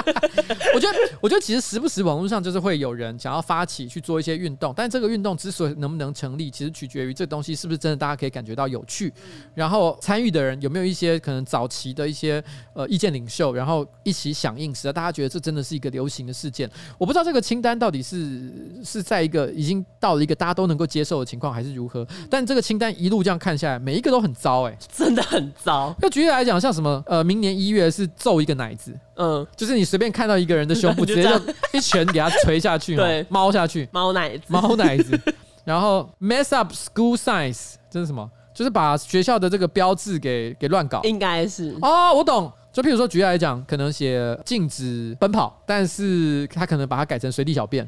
Speaker 1: 我觉得，我觉得其实时不时网络上就是会有人想要发起去做一些运动，但这个运动之所以能不能成立，其实取决于这东西是不是真的大家可以感觉到有趣，然后参与的人有没有一些可能早期的一些呃意见领袖，然后一起响应，使得大家觉得这真的是一个流行的事件。我不知道这个清单到底是是在一个已经到了一个大家都能够接受的情况，还是如何？但这个清单一路这样看下来，每一个都很糟哎、欸
Speaker 2: 真的很糟。
Speaker 1: 那举例来讲，像什么呃，明年一月是揍一个奶子。
Speaker 2: 嗯，
Speaker 1: 就是你随便看到一个人的胸部，
Speaker 2: 就
Speaker 1: 直
Speaker 2: 这
Speaker 1: 接就
Speaker 2: 样
Speaker 1: 一拳给他捶下 去，
Speaker 2: 对
Speaker 1: 哦猫下去，
Speaker 2: 猫奶子，
Speaker 1: 猫奶子。然后 mess up school signs，这是什么？就是把学校的这个标志给给乱搞。
Speaker 2: 应该是
Speaker 1: 哦，我懂。就譬如说，举例来讲，可能写禁止奔跑，但是他可能把它改成随地小 便，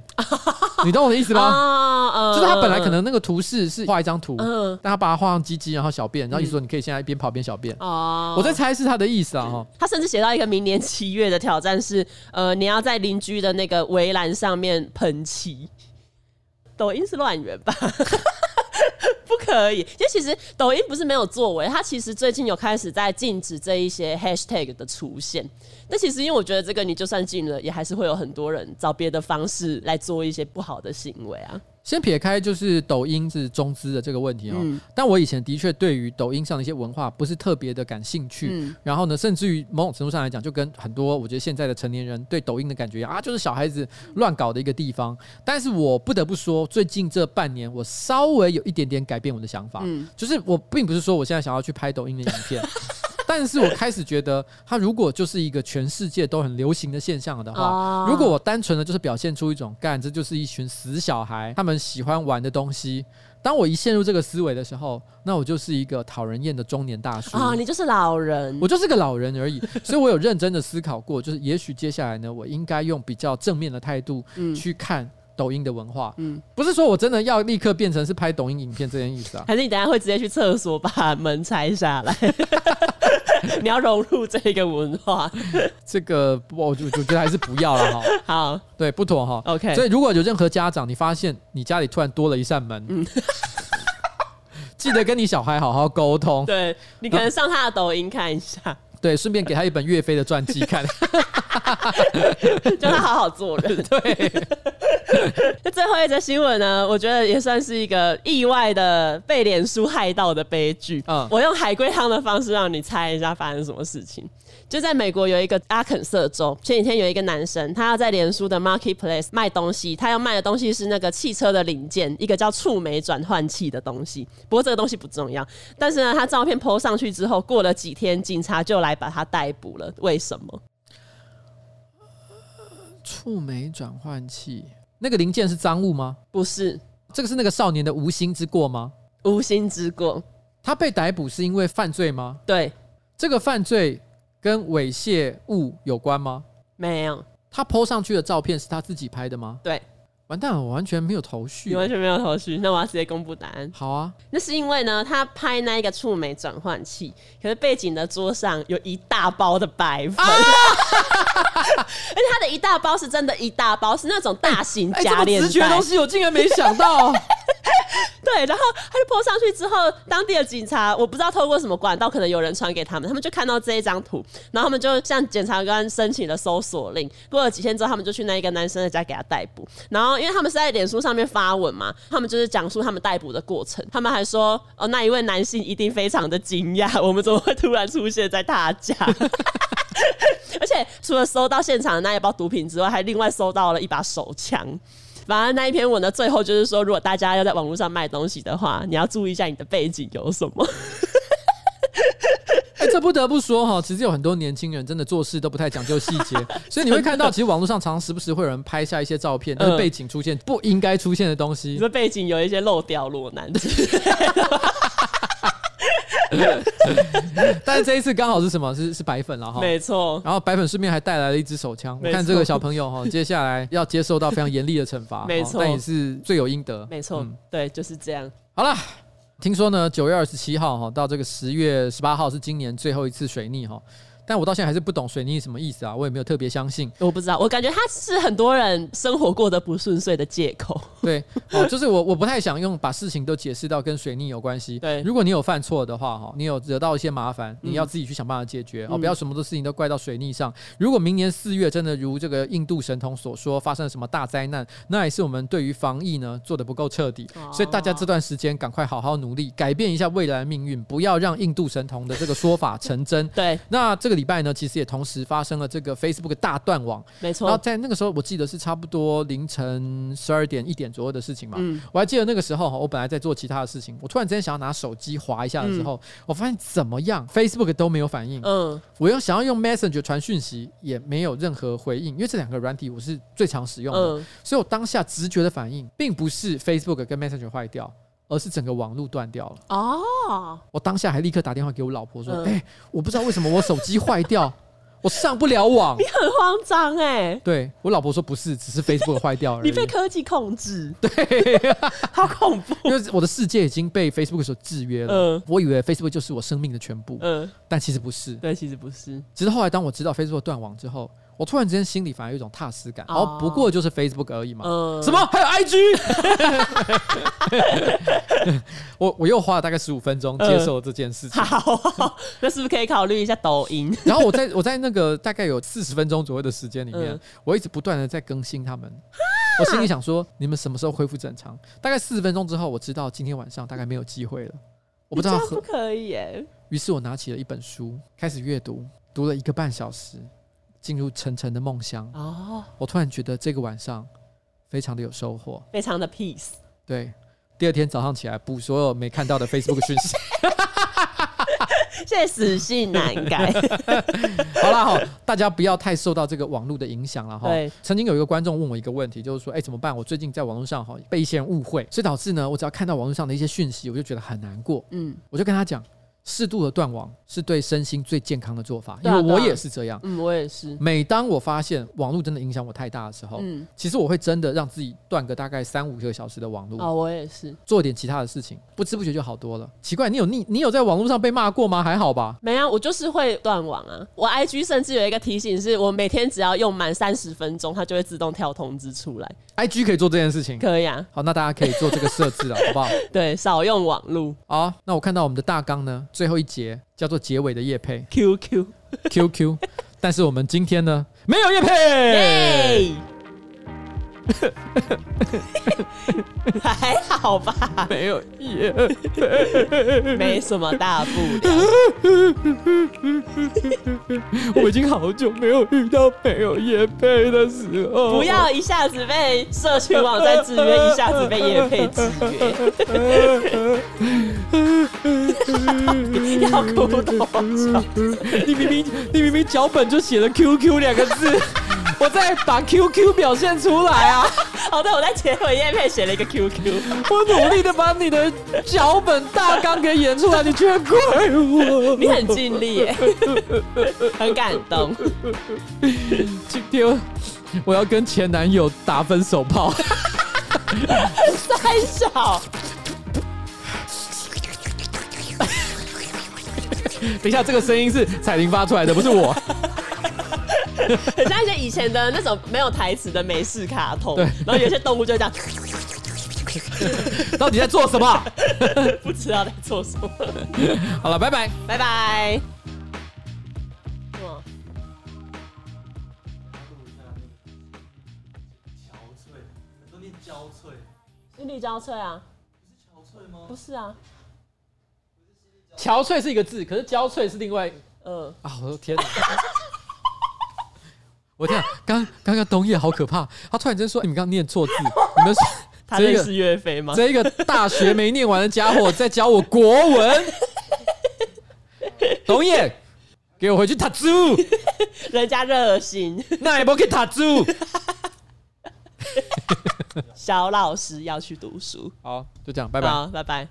Speaker 1: 你懂我的意思吗？
Speaker 2: 啊，呃
Speaker 1: 就是他本来可能那个图示是画一张图，
Speaker 2: 嗯
Speaker 1: 但他把它画上鸡鸡，然后小便，然后你说你可以现在一边跑边小便。
Speaker 2: 哦，
Speaker 1: 我在猜是他的意思啊，哈。
Speaker 2: 他甚至写到一个明年七月的挑战是，呃，你要在邻居的那个围栏上面喷漆。 抖音是乱源吧？ 不可以，因为其实抖音不是没有作为，它其实最近有开始在禁止这一些 hashtag 的出现。但其实因为我觉得这个你就算禁了，也还是会有很多人找别的方式来做一些不好的行为啊。
Speaker 1: 先撇开就是抖音是中资的这个问题哦，但我以前的确对于抖音上的一些文化不是特别的感兴趣，然后呢，甚至于某种程度上来讲，就跟很多我觉得现在的成年人对抖音的感觉一样啊，就是小孩子乱搞的一个地方。但是我不得不说，最近这半年我稍微有一点点改变我的想法，就是我并不是说我现在想要去拍抖音的影片。但是我开始觉得，它如果就是一个全世界都很流行的现象的话，
Speaker 2: 哦
Speaker 1: 如果我单纯的就是表现出一种干，这就是一群死小孩，他们喜欢玩的东西。当我一陷入这个思维的时候，那我就是一个讨人厌的中年大叔。
Speaker 2: 啊，你就是老人
Speaker 1: 我就是个老人 而已，所以我有认真的思考过，就是也许接下来呢，我应该用比较正面的态度
Speaker 2: 嗯
Speaker 1: 去看抖音的文化。嗯，不是说我真的要立刻变成是拍抖音影片这件意思啊。
Speaker 2: 还是你等一下会直接去厕所把门拆下来？ 你要融入这个文化。
Speaker 1: 这个我我就我觉得还是不要了哈。
Speaker 2: 好
Speaker 1: 对，不妥哈。
Speaker 2: OK 嗯
Speaker 1: 所以如果有任何家长，你发现你家里突然多了一扇门， 记得跟你小孩好好沟通，
Speaker 2: 对你可能上他的抖音看一下，
Speaker 1: 对，顺便给他一本岳飞的传记 看。
Speaker 2: 叫他好好做人。
Speaker 1: 对，
Speaker 2: 那最后一则新闻呢，我觉得也算是一个意外的被脸书害到的悲剧。
Speaker 1: 嗯
Speaker 2: 我用海龟汤的方式让你猜一下发生什么事情。就在美国有一个阿肯色州，前几天有一个男生，他要在脸书的 Marketplace 卖东西，他要卖的东西是那个汽车的零件，一个叫触媒转换器的东西。不过这个东西不重要，但是呢，他照片 PO 上去之后，过了几天，警察就来把他逮捕了。为什么？
Speaker 1: 触媒转换器那个零件是赃物吗？
Speaker 2: 不是
Speaker 1: 这个是那个少年的无心之过吗？
Speaker 2: 无心之过，
Speaker 1: 他被逮捕是因为犯罪吗？
Speaker 2: 对，
Speaker 1: 这个犯罪跟猥亵物有关吗？
Speaker 2: 没有，
Speaker 1: 他 PO 上去的照片是他自己拍的吗？
Speaker 2: 对。
Speaker 1: 完蛋了，我完全没有头绪
Speaker 2: 你。完全没有头绪，那我要直接公布答案。
Speaker 1: 好啊，
Speaker 2: 那是因为呢，他拍那一个触媒转换器，可是背景的桌上有一大包的白
Speaker 1: 啊
Speaker 2: 粉， 而且他的一大包是真的一大包，是那种大型
Speaker 1: 哎、这
Speaker 2: 夹
Speaker 1: 么
Speaker 2: 链
Speaker 1: 直觉的
Speaker 2: 袋
Speaker 1: 东。西，我竟然没想到。
Speaker 2: 对，然后他就泼上去之后，当地的警察我不知道透过什么管道，可能有人传给他们，他们就看到这一张图，然后他们就向检察官申请了搜索令。过了几天之后，他们就去那一个男生的家给他逮捕。然后因为他们是在脸书上面发文嘛，他们就是讲述他们逮捕的过程。他们还说，哦，那一位男性一定非常的惊讶，我们怎么会突然出现在他家？ 而且除了搜到现场的那一包毒品之外，还另外搜到了一把手枪。反正那一篇文的最后就是说，如果大家要在网络上卖东西的话，你要注意一下你的背景有什 么。
Speaker 1: 哎、这不得不说哈，其实有很多年轻人真的做事都不太讲究细 节，所以你会看到，其实网络上常常时不时会有人拍下一些照片，但是
Speaker 2: 嗯
Speaker 1: 背景出现不应该出现的东
Speaker 2: 你
Speaker 1: 西。
Speaker 2: 的背景有一些漏掉落难之类的
Speaker 1: 但是这一次刚好是什么？是是白粉了哈。
Speaker 2: 没错，
Speaker 1: 然后白粉顺便还带来了一支手枪，我
Speaker 2: 没错
Speaker 1: 看这个小朋友哈，接下来要接受到非常严厉的惩 罚，
Speaker 2: 没
Speaker 1: 哈
Speaker 2: 错
Speaker 1: 但也是罪有应得。
Speaker 2: 没错，对，就是这样。
Speaker 1: 好啦，听说呢，九月二十七号哈到这个十月十八号是今年最后一次水逆哈，但我到现在还是不懂水逆什么意思啊，我也没有特别相信。
Speaker 2: 我不知道，我感觉它是很多人生活过得不顺遂的借口。
Speaker 1: 对，哦，就是我我不太想用把事情都解释到跟水逆有关系。
Speaker 2: 对。
Speaker 1: 如果你有犯错的话，哈，你有惹到一些麻烦，你要自己去想办法解决、哦，不要什么的事情都怪到水逆上。如果明年四月真的如这个印度神童所说发生了什么大灾难，那也是我们对于防疫呢做的不够彻底，所以大家这段时间赶快好好努力，改变一下未来的命运，不要让印度神童的这个说法成真
Speaker 2: 对，
Speaker 1: 那这个礼拜呢，其实也同时发生了这个 Facebook 大断网，
Speaker 2: 没
Speaker 1: 然后
Speaker 2: 错，
Speaker 1: 在那个时候，我记得是差不多凌晨十二点一点左右的事情嘛。
Speaker 2: 嗯
Speaker 1: 我还记得那个时候，哦我本来在做其他的事情，我突然之间想要拿手机划一下的时候，我发现怎么样，Facebook 都没有反应。
Speaker 2: 嗯，
Speaker 1: 我用想要用 Messenger 传讯息，也没有任何回应，因为这两个软体我是最常使用的，
Speaker 2: 嗯
Speaker 1: 所以我当下直觉的反应，并不是 Facebook 跟 Messenger 坏掉。而是整个网络断掉了，
Speaker 2: 哦，
Speaker 1: 我当下还立刻打电话给我老婆说：“
Speaker 2: 嗯
Speaker 1: 哎、我不知道为什么我手机坏掉，我上不了网。”
Speaker 2: 你很慌张哎、
Speaker 1: 对我老婆说不是，只是 Facebook 坏掉而已
Speaker 2: 你。被科技控制，对， 好恐怖。
Speaker 1: 因为我的世界已经被 Facebook 所制约了。
Speaker 2: 嗯
Speaker 1: 我以为 Facebook 就是我生命的全部，
Speaker 2: 嗯，
Speaker 1: 但其实不是。
Speaker 2: 对，其实不是，
Speaker 1: 其实后来当我知道 Facebook 断网之后，我突然之间心里反而有一种踏实感。
Speaker 2: 哦
Speaker 1: 哦，不过就是 Facebook 而已嘛。
Speaker 2: 嗯，
Speaker 1: 什么？还有 IG？我我又花了大概十五分钟接
Speaker 2: 嗯
Speaker 1: 受这件事情。
Speaker 2: 好， 那是不是可以考虑一下抖音？
Speaker 1: 然后我在我在那个大概有四十分钟左右的时间里面，
Speaker 2: 嗯
Speaker 1: 我一直不断的在更新他们。我心里想说，你们什么时候恢复正常？大概四十分钟之后，我知道今天晚上大概没有机会了，我不知道
Speaker 2: 你这样
Speaker 1: 何
Speaker 2: 不。可以耶、
Speaker 1: 于是我拿起了一本书，开始阅读，读了一个半小时，进入沉沉的梦乡。
Speaker 2: 哦，
Speaker 1: 我突然觉得这个晚上非常的有收获。
Speaker 2: 非常的 peace。
Speaker 1: 对，第二天早上起来补所有没看到的 Facebook 讯息。
Speaker 2: 现在死性难 改。
Speaker 1: 好啦，好，大家不要太受到这个网络的影响了哈
Speaker 2: 对。
Speaker 1: 曾经有一个观众问我一个问题，就是说，哎、怎么办？我最近在网络上哈被一些人误会，所以导致呢，我只要看到网络上的一些讯息，我就觉得很难过。
Speaker 2: 嗯，
Speaker 1: 我就跟他讲，适度的断网是对身心最健康的做法，
Speaker 2: 对
Speaker 1: 因
Speaker 2: 啊
Speaker 1: 为我
Speaker 2: 对啊
Speaker 1: 也是这样。
Speaker 2: 嗯，我也是。
Speaker 1: 每当我发现网络真的影响我太大的时候，
Speaker 2: 嗯，
Speaker 1: 其实我会真的让自己断个大概三五个小时的网络，
Speaker 2: 哦，我也是。
Speaker 1: 做点其他的事情，不知不觉就好多了。奇怪，你有你你有在网络上被骂过吗？还好吧。
Speaker 2: 没啊，我就是会断网啊。我 IG 甚至有一个提醒，是我每天只要用满三十分钟，它就会自动跳通知出来。
Speaker 1: I G 可以做这件事情，
Speaker 2: 可以啊，
Speaker 1: 好，那大家可以做这个设置了，好不好？
Speaker 2: 对，少用网路。
Speaker 1: 好，那我看到我们的大纲呢，最后一节叫做结尾的叶配
Speaker 2: QQ，
Speaker 1: Q Q，但是我们今天呢没有叶配，
Speaker 2: 哎， 还好吧，
Speaker 1: 没有叶
Speaker 2: 没什么大不了。
Speaker 1: 我已经好久没有遇到没有叶配的时候。
Speaker 2: 不要一下子被社群网站制约，一下子被业配制约， 要哭多久？
Speaker 1: 你明明你明明脚本就写了 QQ 两个 字，我再把 QQ 表现出来啊！
Speaker 2: 哦，对，我在结尾叶配写了一个 QQ，
Speaker 1: 我努力的把你的脚本大纲给演出来，你居然怪我！
Speaker 2: 你很尽力耶， 很感动。
Speaker 1: 今天我要跟前男友打分手炮，
Speaker 2: 三小，
Speaker 1: 等一下这个声音是彩铃发出来的，不是我。
Speaker 2: 很像一些以前的那种没有台词的美式卡通
Speaker 1: 对，
Speaker 2: 然后有些动物就这样，
Speaker 1: 到底在做什么？
Speaker 2: 不知道在做什么。
Speaker 1: 好了，拜拜。
Speaker 2: 拜拜。哇
Speaker 4: 憔悴，都念焦脆，
Speaker 2: 是立交脆啊？
Speaker 4: 不是憔悴吗
Speaker 2: 不？是啊，
Speaker 1: 憔悴是一个字，可是焦脆是另外
Speaker 2: 嗯，
Speaker 1: 啊！我的天哪！ 我天啊，刚刚刚冬叶好可怕，他突然间说你们刚念错字，你们是
Speaker 2: 他
Speaker 1: 这
Speaker 2: 认
Speaker 1: 个
Speaker 2: 识岳飞吗？
Speaker 1: 这个大学没念完的家伙在教我国文。董野，给我回去塔猪，
Speaker 2: 人家热心，
Speaker 1: 那也不可以塔猪。
Speaker 2: 小老师要去读书。
Speaker 1: 好，就这样，拜拜。
Speaker 2: 好，拜拜。